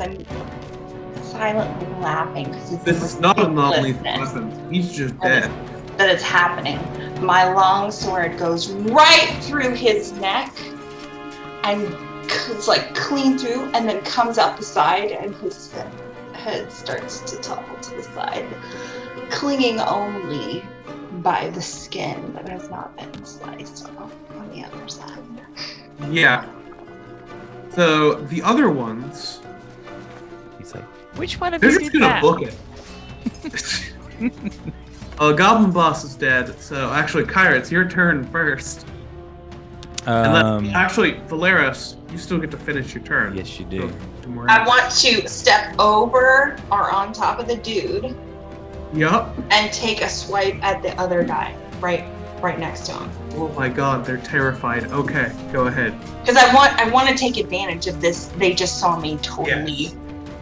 Speaker 2: as I'm silently laughing because it's
Speaker 4: This is not a anomaly
Speaker 2: ridiculousness
Speaker 4: pleasant. He's just dead.
Speaker 2: that it's happening. My longsword goes right through his neck and c- it's like clean through, and then comes out the side, and his head starts to topple to the side, clinging only by the skin that has not been sliced off on the other side.
Speaker 4: Yeah. So the other ones,
Speaker 3: He's like,
Speaker 6: Which one of
Speaker 4: they're
Speaker 6: you
Speaker 4: just
Speaker 6: did
Speaker 4: gonna
Speaker 6: that?
Speaker 4: book it. [LAUGHS] uh, Goblin Boss is dead, so actually, Kyra, it's your turn first. And then,
Speaker 3: um,
Speaker 4: actually, Valeris, you still get to finish your turn.
Speaker 3: yes, you
Speaker 4: So,
Speaker 3: do.
Speaker 4: don't worry.
Speaker 2: I want to step over or on top of the dude
Speaker 4: Yup.
Speaker 2: and take a swipe at the other guy right right next to him.
Speaker 4: Oh my god, they're terrified. Okay, go ahead.
Speaker 2: Because I want I want to take advantage of this. They just saw me totally
Speaker 4: Yes.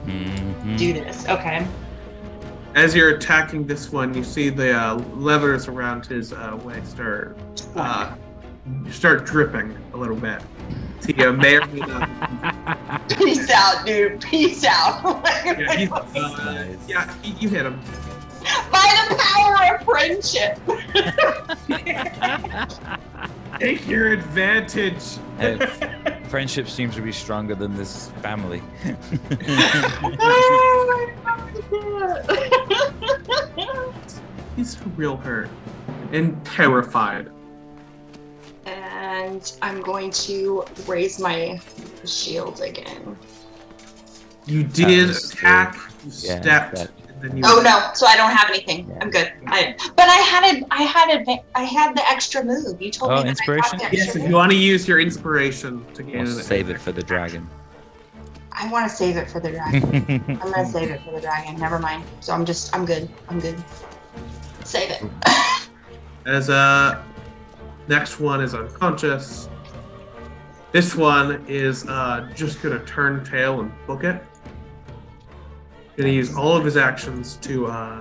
Speaker 4: Mm-hmm.
Speaker 3: Mhm.
Speaker 2: do this. Okay. [LAUGHS]
Speaker 4: As you're attacking this one, you see the uh, levers around his uh, waist are uh, start dripping a little bit. So you may or may not
Speaker 2: Peace out, dude. Peace out. [LAUGHS]
Speaker 4: Yeah, he's,
Speaker 2: By
Speaker 4: uh, yeah he, you hit him.
Speaker 2: the power of
Speaker 4: [LAUGHS]
Speaker 2: friendship. [LAUGHS]
Speaker 4: Take your advantage.
Speaker 3: Uh, friendship seems to be stronger than this family.
Speaker 2: Oh my God.
Speaker 4: He's real hurt and terrified.
Speaker 2: and I'm going to raise my shield again.
Speaker 4: You did
Speaker 3: was
Speaker 4: attack, you
Speaker 3: Yeah,
Speaker 4: stepped,
Speaker 3: that-
Speaker 4: and then you.
Speaker 2: Oh no! So I don't have anything. I'm good. I, but I had a, I had adva- I had the extra move. You told
Speaker 3: Oh,
Speaker 2: me that
Speaker 3: inspiration?
Speaker 2: I got the
Speaker 4: Yes,
Speaker 2: extra
Speaker 4: if
Speaker 2: move.
Speaker 4: you want to use your inspiration to gain
Speaker 3: We'll
Speaker 4: an
Speaker 3: save it for the
Speaker 4: [LAUGHS]
Speaker 3: dragon. [LAUGHS]
Speaker 2: I want to save it for the dragon. I'm gonna save it for the dragon. Never mind. So I'm just, I'm good. I'm good. Save it.
Speaker 4: As uh, next one is unconscious. This one is uh, just gonna turn tail and book it. Gonna use all of his actions to uh,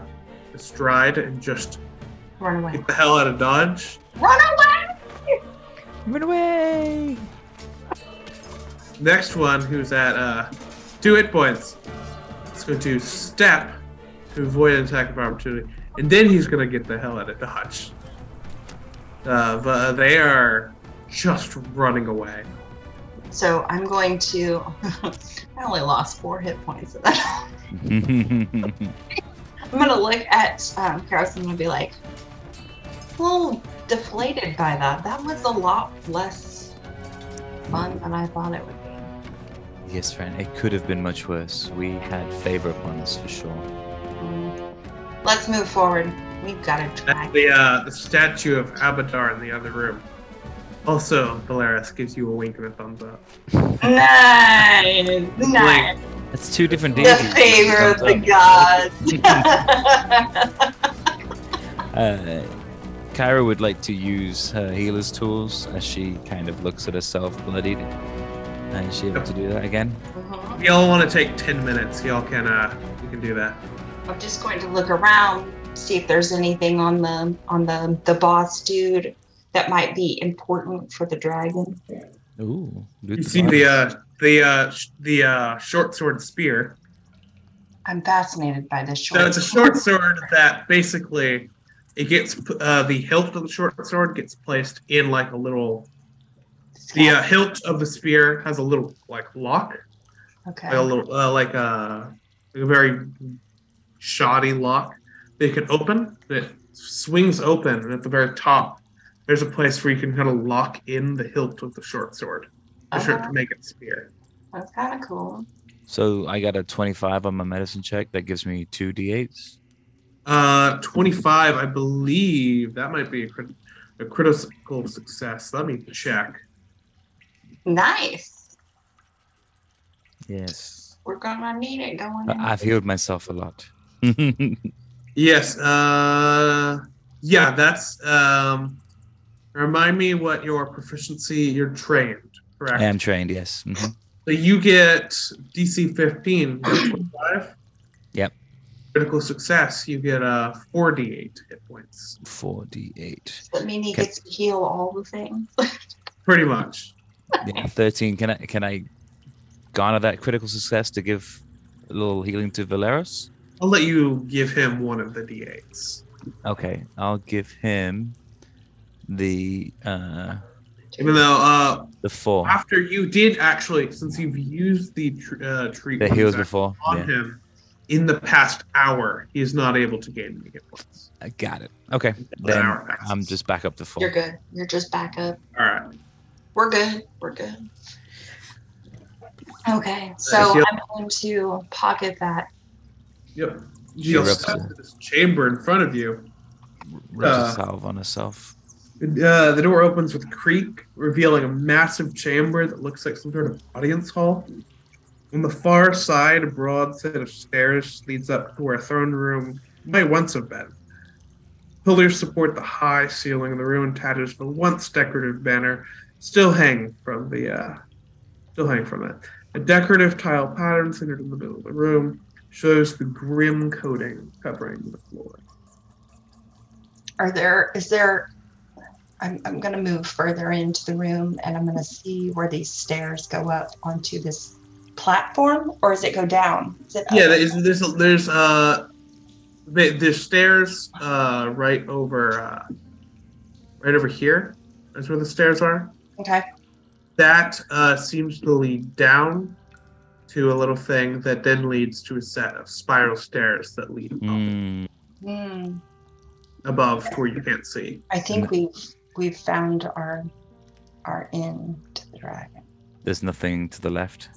Speaker 4: stride and just
Speaker 2: Run away.
Speaker 4: get the hell out of dodge.
Speaker 2: Run away!
Speaker 6: Run away!
Speaker 4: Next one, who's at uh, two hit points, is going to step to avoid an attack of opportunity, and then he's going to get the hell out of dodge. Uh, but they are just running away.
Speaker 2: So I'm going to. [LAUGHS] I only lost four hit points. Of that. [LAUGHS] I'm gonna look at um, Kraus and I'm gonna be like, a little deflated by that. That was a lot less fun than I thought it would be.
Speaker 3: [LAUGHS] yes, friend. It could have been much worse. We had favor upon us for sure.
Speaker 2: Mm. Let's move forward. We've got to
Speaker 4: That's
Speaker 2: try.
Speaker 4: the, uh, the statue of Abadar in the other room. Also, Valeris gives you a wink and a thumbs up.
Speaker 2: Nice, nice.
Speaker 3: That's two different
Speaker 2: The
Speaker 3: deities.
Speaker 2: favor of the gods. [LAUGHS]
Speaker 3: Uh, Kyra would like to use her healer's tools as she kind of looks at herself bloodied. And is she able to do that again?
Speaker 2: Mhm.
Speaker 4: If y'all want to take 10 minutes, y'all can uh, you can do that.
Speaker 2: I'm just going to look around, see if there's anything on the on the the boss dude that might be important for the dragon.
Speaker 3: Ooh.
Speaker 4: You see the uh, the uh, sh- the uh, short sword spear.
Speaker 2: I'm fascinated by this short.
Speaker 4: So it's a short sword that basically it gets uh, the hilt of the short sword gets placed in like a little the uh, hilt of the spear has a little like lock
Speaker 2: Okay.
Speaker 4: like a little uh, like a like a very shoddy lock that you can open. And it swings open, and at the very top, there's a place where you can kind of lock in the hilt with the short sword, the short
Speaker 2: Uh-huh.
Speaker 4: to make it spear.
Speaker 2: That's kind of cool.
Speaker 3: So I got a 25 on my medicine check. That gives me two d8s.
Speaker 4: Uh, 25, I believe that might be a, crit- a critical success. Let me check.
Speaker 2: Nice.
Speaker 3: Yes.
Speaker 2: We're gonna need it going.
Speaker 3: I-
Speaker 2: in.
Speaker 3: I've healed myself a lot. [LAUGHS]
Speaker 4: Yes. Uh, yeah, that's. Um, remind me what your proficiency, you're trained, correct?
Speaker 3: I am trained. Yes. Mhm.
Speaker 4: So you get DC 15, 25.
Speaker 3: Yep.
Speaker 4: Critical success, you get uh, 48 hit points.
Speaker 3: Four d8.
Speaker 2: Does that mean he
Speaker 3: Okay.
Speaker 2: gets to heal all the things?
Speaker 4: Pretty much.
Speaker 3: Yeah, 13. Can I can I garner that critical success to give a little healing to Valeros?
Speaker 4: I'll let you give him one of the D8s.
Speaker 3: Okay, I'll give him the uh
Speaker 4: Even though uh,
Speaker 3: the four.
Speaker 4: after you did actually, since you've used the tr- uh, treatment
Speaker 3: That heals
Speaker 4: effect
Speaker 3: before.
Speaker 4: on
Speaker 3: Yeah,
Speaker 4: him in the past hour, he is not able to gain any hit points.
Speaker 3: I got it. Okay,
Speaker 4: An
Speaker 3: then
Speaker 4: hour passes.
Speaker 3: I'm just back up to 4
Speaker 2: You're good. You're just back up.
Speaker 4: All right.
Speaker 2: We're good. We're good. Okay, so
Speaker 4: Does he-
Speaker 2: I'm going to pocket that.
Speaker 4: Yep. You'll
Speaker 3: You're up
Speaker 4: step
Speaker 3: to-
Speaker 4: into this chamber in front of you.
Speaker 3: Rubs a
Speaker 4: Uh,
Speaker 3: salve on herself.
Speaker 4: Uh, the door opens with a creak, revealing a massive chamber that looks like some sort of audience hall. On the far side, a broad set of stairs leads up to where a throne room might once have been. Pillars support the high ceiling of the room, and tatters the once decorative banner still hang from the uh, still hang from it. A decorative tile pattern centered in the middle of the room shows the grim coating covering the floor.
Speaker 2: Are there? Is there? I'm I'm gonna move further into the room and I'm gonna see where these stairs go up onto this platform, or does it go down? Is it
Speaker 4: Yeah,
Speaker 2: up?
Speaker 4: there's there's there's uh there- there's stairs uh right over uh right over here. That's where the stairs are.
Speaker 2: Okay.
Speaker 4: That uh seems to lead down to a little thing that then leads to a set of spiral stairs that lead up
Speaker 3: Mm,
Speaker 2: Hmm.
Speaker 4: above to where you can't see.
Speaker 2: I think we've we've found our our end to the dragon.
Speaker 3: there's nothing to the left.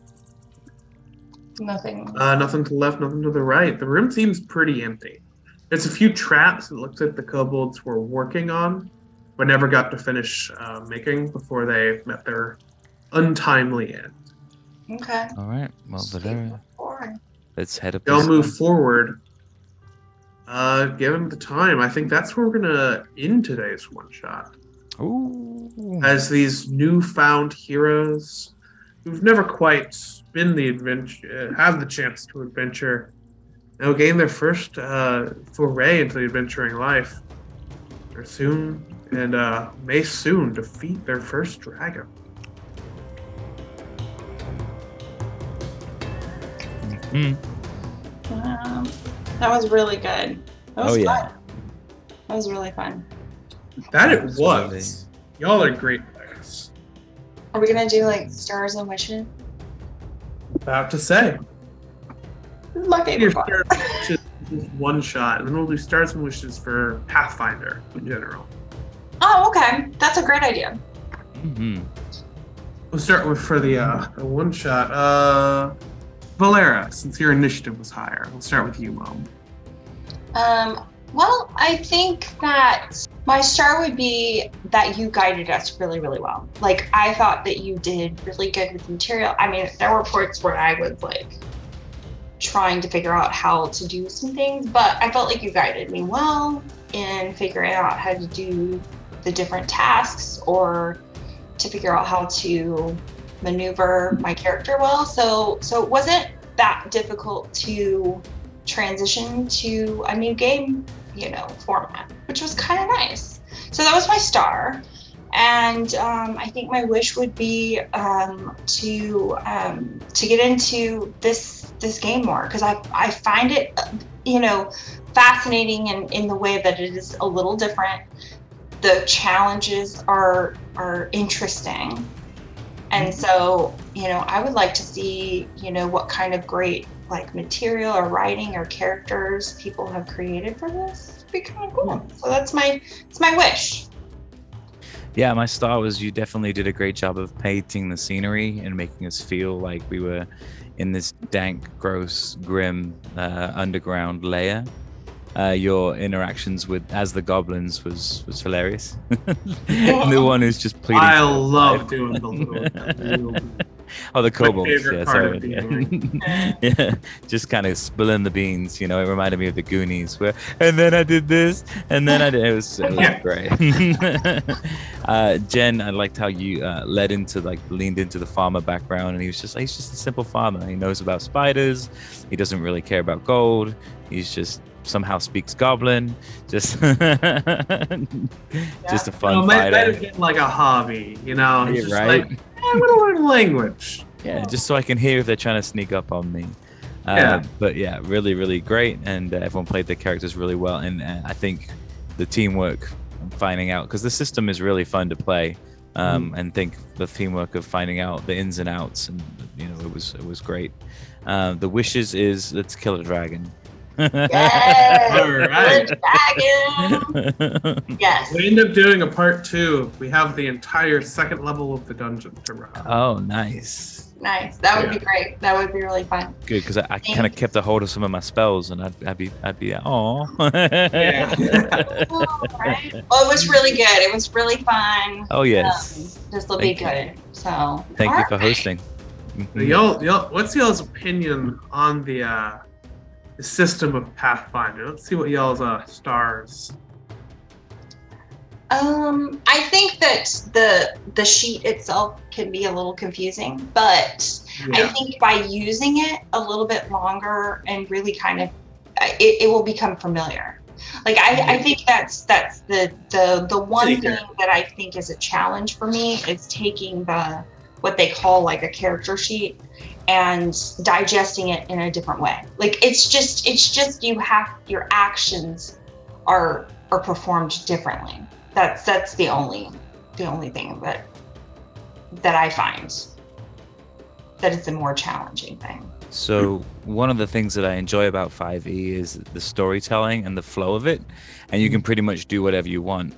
Speaker 2: Nothing.
Speaker 4: Uh nothing to the left, nothing to the right. The room seems pretty empty. There's a few traps it looks like the kobolds were working on, but never got to finish uh, making before they met their untimely end.
Speaker 2: Okay.
Speaker 3: All right. Well, Valera,
Speaker 2: Boring.
Speaker 3: let's head up.
Speaker 4: Y'all
Speaker 3: this-
Speaker 4: move forward. Uh, given the time, I think that's where we're gonna end today's one shot.
Speaker 3: Ooh.
Speaker 4: As these newfound heroes, who've never quite been the adventure, have the chance to adventure, now gain their first uh, foray into the adventuring life. They're soon and uh, may soon defeat their first dragon.
Speaker 3: Mm.
Speaker 2: Wow. Um, that was really good. That was fun.
Speaker 3: Oh yeah.
Speaker 2: That was really fun.
Speaker 4: That it
Speaker 3: Absolutely.
Speaker 4: was. Y'all are great players.
Speaker 2: Are we gonna do like stars and wishes?
Speaker 4: About to say.
Speaker 2: My
Speaker 4: Your
Speaker 2: favorite part.
Speaker 4: stars and wishes is one shot, and then we'll do stars and wishes for Pathfinder in general.
Speaker 2: Oh, okay. That's a great idea.
Speaker 3: Mhm.
Speaker 4: We'll start with for the uh, the one shot. Uh, Valera, since your initiative was higher, we'll start with you, Mom.
Speaker 2: Um, well, I think that my star would be that you guided us really, really well. Like, I thought that you did really good with material. I mean, there were parts where I was like trying to figure out how to do some things, but I felt like you guided me well in figuring out how to do the different tasks or to figure out how to maneuver my character well. So, so it wasn't that difficult to transition to a new game, you know, format, which was kind of nice. So that was my star. And um, I think my wish would be um, to um, to get into this this game more because I I find it uh, you know fascinating in, in the way that it is a little different. The challenges are are
Speaker 3: Mm-hmm.
Speaker 2: interesting, and so you know I would like to see you know what kind of great like material or writing or characters people have created for this. It'd be kind of cool.
Speaker 3: Hmm.
Speaker 2: So that's my it's my
Speaker 3: [LAUGHS]
Speaker 2: wish.
Speaker 3: Yeah, my star was you definitely did a great job of painting the scenery and making us feel like we were in this dank, gross, grim uh, underground layer. Uh, your interactions with as the goblins was was hilarious. [LAUGHS] the one who's just pleading.
Speaker 4: I love doing the
Speaker 3: [LAUGHS]
Speaker 4: little.
Speaker 3: Oh, the kobolds.
Speaker 4: favorite
Speaker 3: Yeah,
Speaker 4: part
Speaker 3: sorry.
Speaker 4: of
Speaker 3: [LAUGHS] Yeah. yeah, just kind of spilling the beans. You know, it reminded me of the Goonies, where and then I did this, and then I did. It was, it was
Speaker 4: [LAUGHS] Yeah.
Speaker 3: great. [LAUGHS] uh, Jen, I liked how you uh, led into like leaned into the farmer background, and he was just he's just a simple farmer. He knows about spiders. He doesn't really care about gold. He's just somehow speaks goblin. Just, [LAUGHS] just a fun
Speaker 4: You know, might, might
Speaker 3: fighter.
Speaker 4: have been like a hobby, you know. It's
Speaker 3: Yeah,
Speaker 4: just
Speaker 3: right.
Speaker 4: like "Oh, I want to learn language.
Speaker 3: Yeah, just so I can hear if they're trying to sneak up on me. Uh,
Speaker 4: Yeah.
Speaker 3: But yeah, really, really great, and uh, everyone played their characters really well, and uh, I think the teamwork, I'm finding out because the system is really fun to play, um, and think the teamwork of finding out the ins and outs, and you know, it was it was great. Uh, the wishes is let's kill a dragon. [LAUGHS]
Speaker 2: Yes.
Speaker 4: All right.
Speaker 2: Dragon. Yes.
Speaker 4: We end up doing a part two. We have the entire second level of the dungeon to run.
Speaker 3: oh, nice.
Speaker 2: Nice. That would be great. That would be really
Speaker 3: [LAUGHS]
Speaker 2: fun.
Speaker 3: Good, because I, I
Speaker 2: Thank
Speaker 3: kind
Speaker 2: you.
Speaker 3: of kept a hold of some of my spells, and I'd, I'd be, I'd be,
Speaker 2: Cool,
Speaker 3: oh,
Speaker 2: right? Well, it was really good. It was really fun.
Speaker 3: [LAUGHS] oh yes.
Speaker 2: This will be
Speaker 3: Thank
Speaker 2: good. So
Speaker 3: Thank you for
Speaker 2: Alright.
Speaker 3: hosting.
Speaker 4: [LAUGHS] So
Speaker 3: Mhm.
Speaker 4: y'all, y'all, what's y'all's opinion on the uh, the system of Pathfinder? Let's see what y'all's uh, stars.
Speaker 2: Um, I think that the the sheet itself can be a little confusing, but I
Speaker 4: Yeah.
Speaker 2: think by using it a little bit longer and really kind of, it, it will become familiar. Like I, I think that's that's the the the one
Speaker 4: Take
Speaker 2: thing
Speaker 4: care.
Speaker 2: that I think is a challenge for me is taking the what they call like a character sheet and digesting it in a different way. Like it's just it's just you have your actions are are performed differently. That's that's the only the only thing that that I find that is the more challenging thing.
Speaker 3: So one of the things that I enjoy about 5e is the storytelling and the flow of it, and you can pretty much do whatever you want.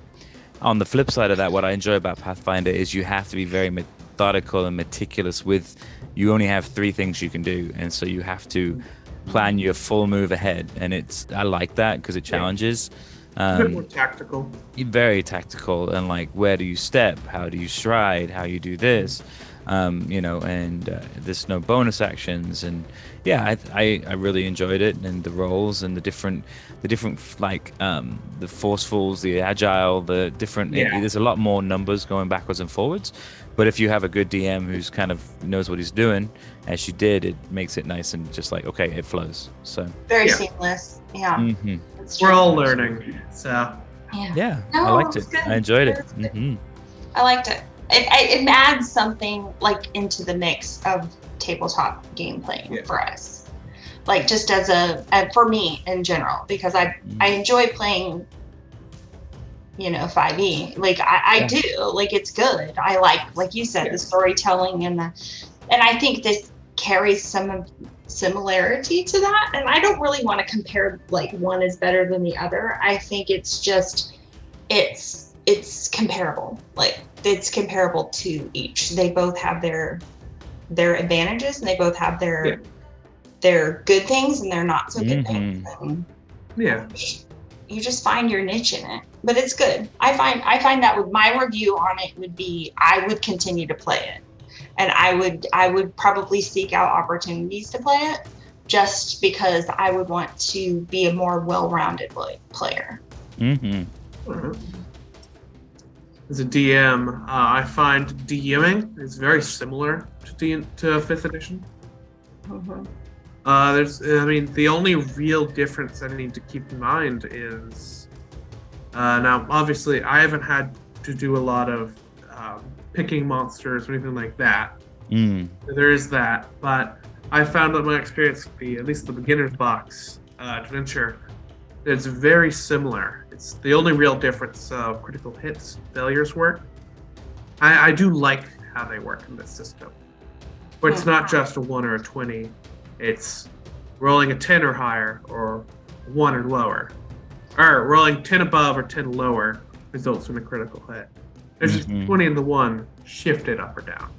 Speaker 3: On the flip side of that, what I enjoy about Pathfinder is you have to be very methodical and meticulous with you only have 3 things you can do, and so you have to plan your full move ahead, and it's I like that because it challenges
Speaker 4: a bit more
Speaker 3: um,
Speaker 4: tactical.
Speaker 3: very tactical and like where do you step, how do you stride, how you do this um, you know, and uh, there's no bonus actions, and yeah, I, I I really enjoyed it, and the roles and the different the different like um, the forcefuls, the agile, the different.
Speaker 4: Yeah.
Speaker 3: there's a lot more numbers going backwards and forwards, but if you have a good DM who's kind of knows what he's doing, as you did, it makes it nice and just like okay, it flows. So
Speaker 2: Very
Speaker 4: Yeah. Mm.
Speaker 2: seamless. Yeah.
Speaker 3: mhm.
Speaker 2: that's
Speaker 4: We're
Speaker 2: true.
Speaker 4: all learning, so
Speaker 2: Yeah.
Speaker 3: yeah, I
Speaker 2: No,
Speaker 3: liked
Speaker 2: it was
Speaker 3: it.
Speaker 2: good.
Speaker 3: I enjoyed
Speaker 2: It
Speaker 3: it.
Speaker 2: was good.
Speaker 3: Mhm.
Speaker 2: I liked it. It, it. it adds something like into the mix of tabletop gameplay
Speaker 4: Yeah.
Speaker 2: for us. Like just as a, and for me in general, because I I enjoy playing, you know, 5e. Like I, I
Speaker 3: Yeah.
Speaker 2: do. Like it's good. I like, like you said,
Speaker 4: Yeah.
Speaker 2: the storytelling and the, and I think this carries some of- similarity to that. And I don't really want to compare like one is better than the other. I think it's just, it's it's comparable. Like it's comparable to each. They both have their their advantages and they both have their
Speaker 4: Yeah.
Speaker 2: their good things and their not so good
Speaker 3: Mhm.
Speaker 2: things.
Speaker 4: Mm-hmm.
Speaker 2: Um, And
Speaker 4: yeah.
Speaker 2: you just find your niche in it but it's good i find i find that with my review on it would be i would continue to play it and i would i would probably seek out opportunities to play it just because i would want to be a more well-rounded play- player
Speaker 3: Mhm.
Speaker 4: Alright. As a DM, uh, I find DMing is very similar to D- to fifth edition. Uh, there's, I mean, the only real difference I need to keep in mind is uh, now, obviously, I haven't had to do a lot of um, picking monsters or anything like that.
Speaker 3: Mm.
Speaker 4: There is that, but I found that my experience, with the at least the beginner's box uh, adventure, it's very similar. It's the only real difference of critical hits failures work. I, I do like how they work in this system, but it's not just a one or a twenty. It's rolling a 10 or higher, or 1 or lower. Or rolling 10 above or 10 lower results in a critical hit. There's just
Speaker 3: Mhm.
Speaker 4: 20 and the 1 shifted up or down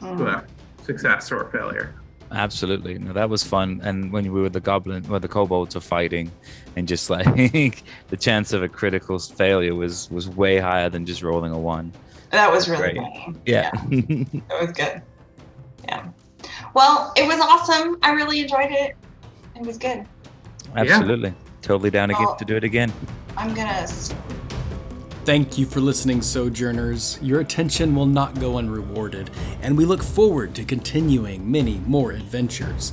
Speaker 4: to
Speaker 2: Mm.
Speaker 4: a success or a failure.
Speaker 3: Absolutely. No, that was fun. And when we were the goblin, well, the kobolds are fighting, and just [LAUGHS] like the chance of a critical failure was was way higher than just rolling a one.
Speaker 2: That was really
Speaker 3: Great.
Speaker 2: funny.
Speaker 3: Yeah.
Speaker 2: That was good. Yeah. Well, it was awesome. I really enjoyed it. It was good.
Speaker 3: [LAUGHS] Absolutely. Totally down again
Speaker 2: Oh.
Speaker 3: to do it again.
Speaker 2: I'm gonna. s-
Speaker 1: Thank you for listening, Sojourners. Your attention will not go unrewarded, and we look forward to continuing many more adventures.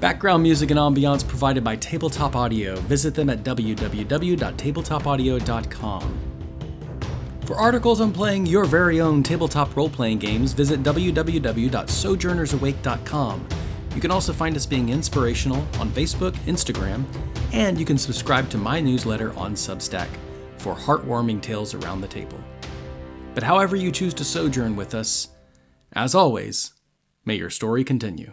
Speaker 1: Background music and ambiance provided by Tabletop Audio. Visit them at www.tabletopaudio.com. For articles on playing your very own tabletop role playing games, visit www.sojournersawake.com. You can also find us being inspirational on Facebook, Instagram, and you can subscribe to my newsletter on Substack for heartwarming tales around the table. But however you choose to sojourn with us, as always, may your story continue.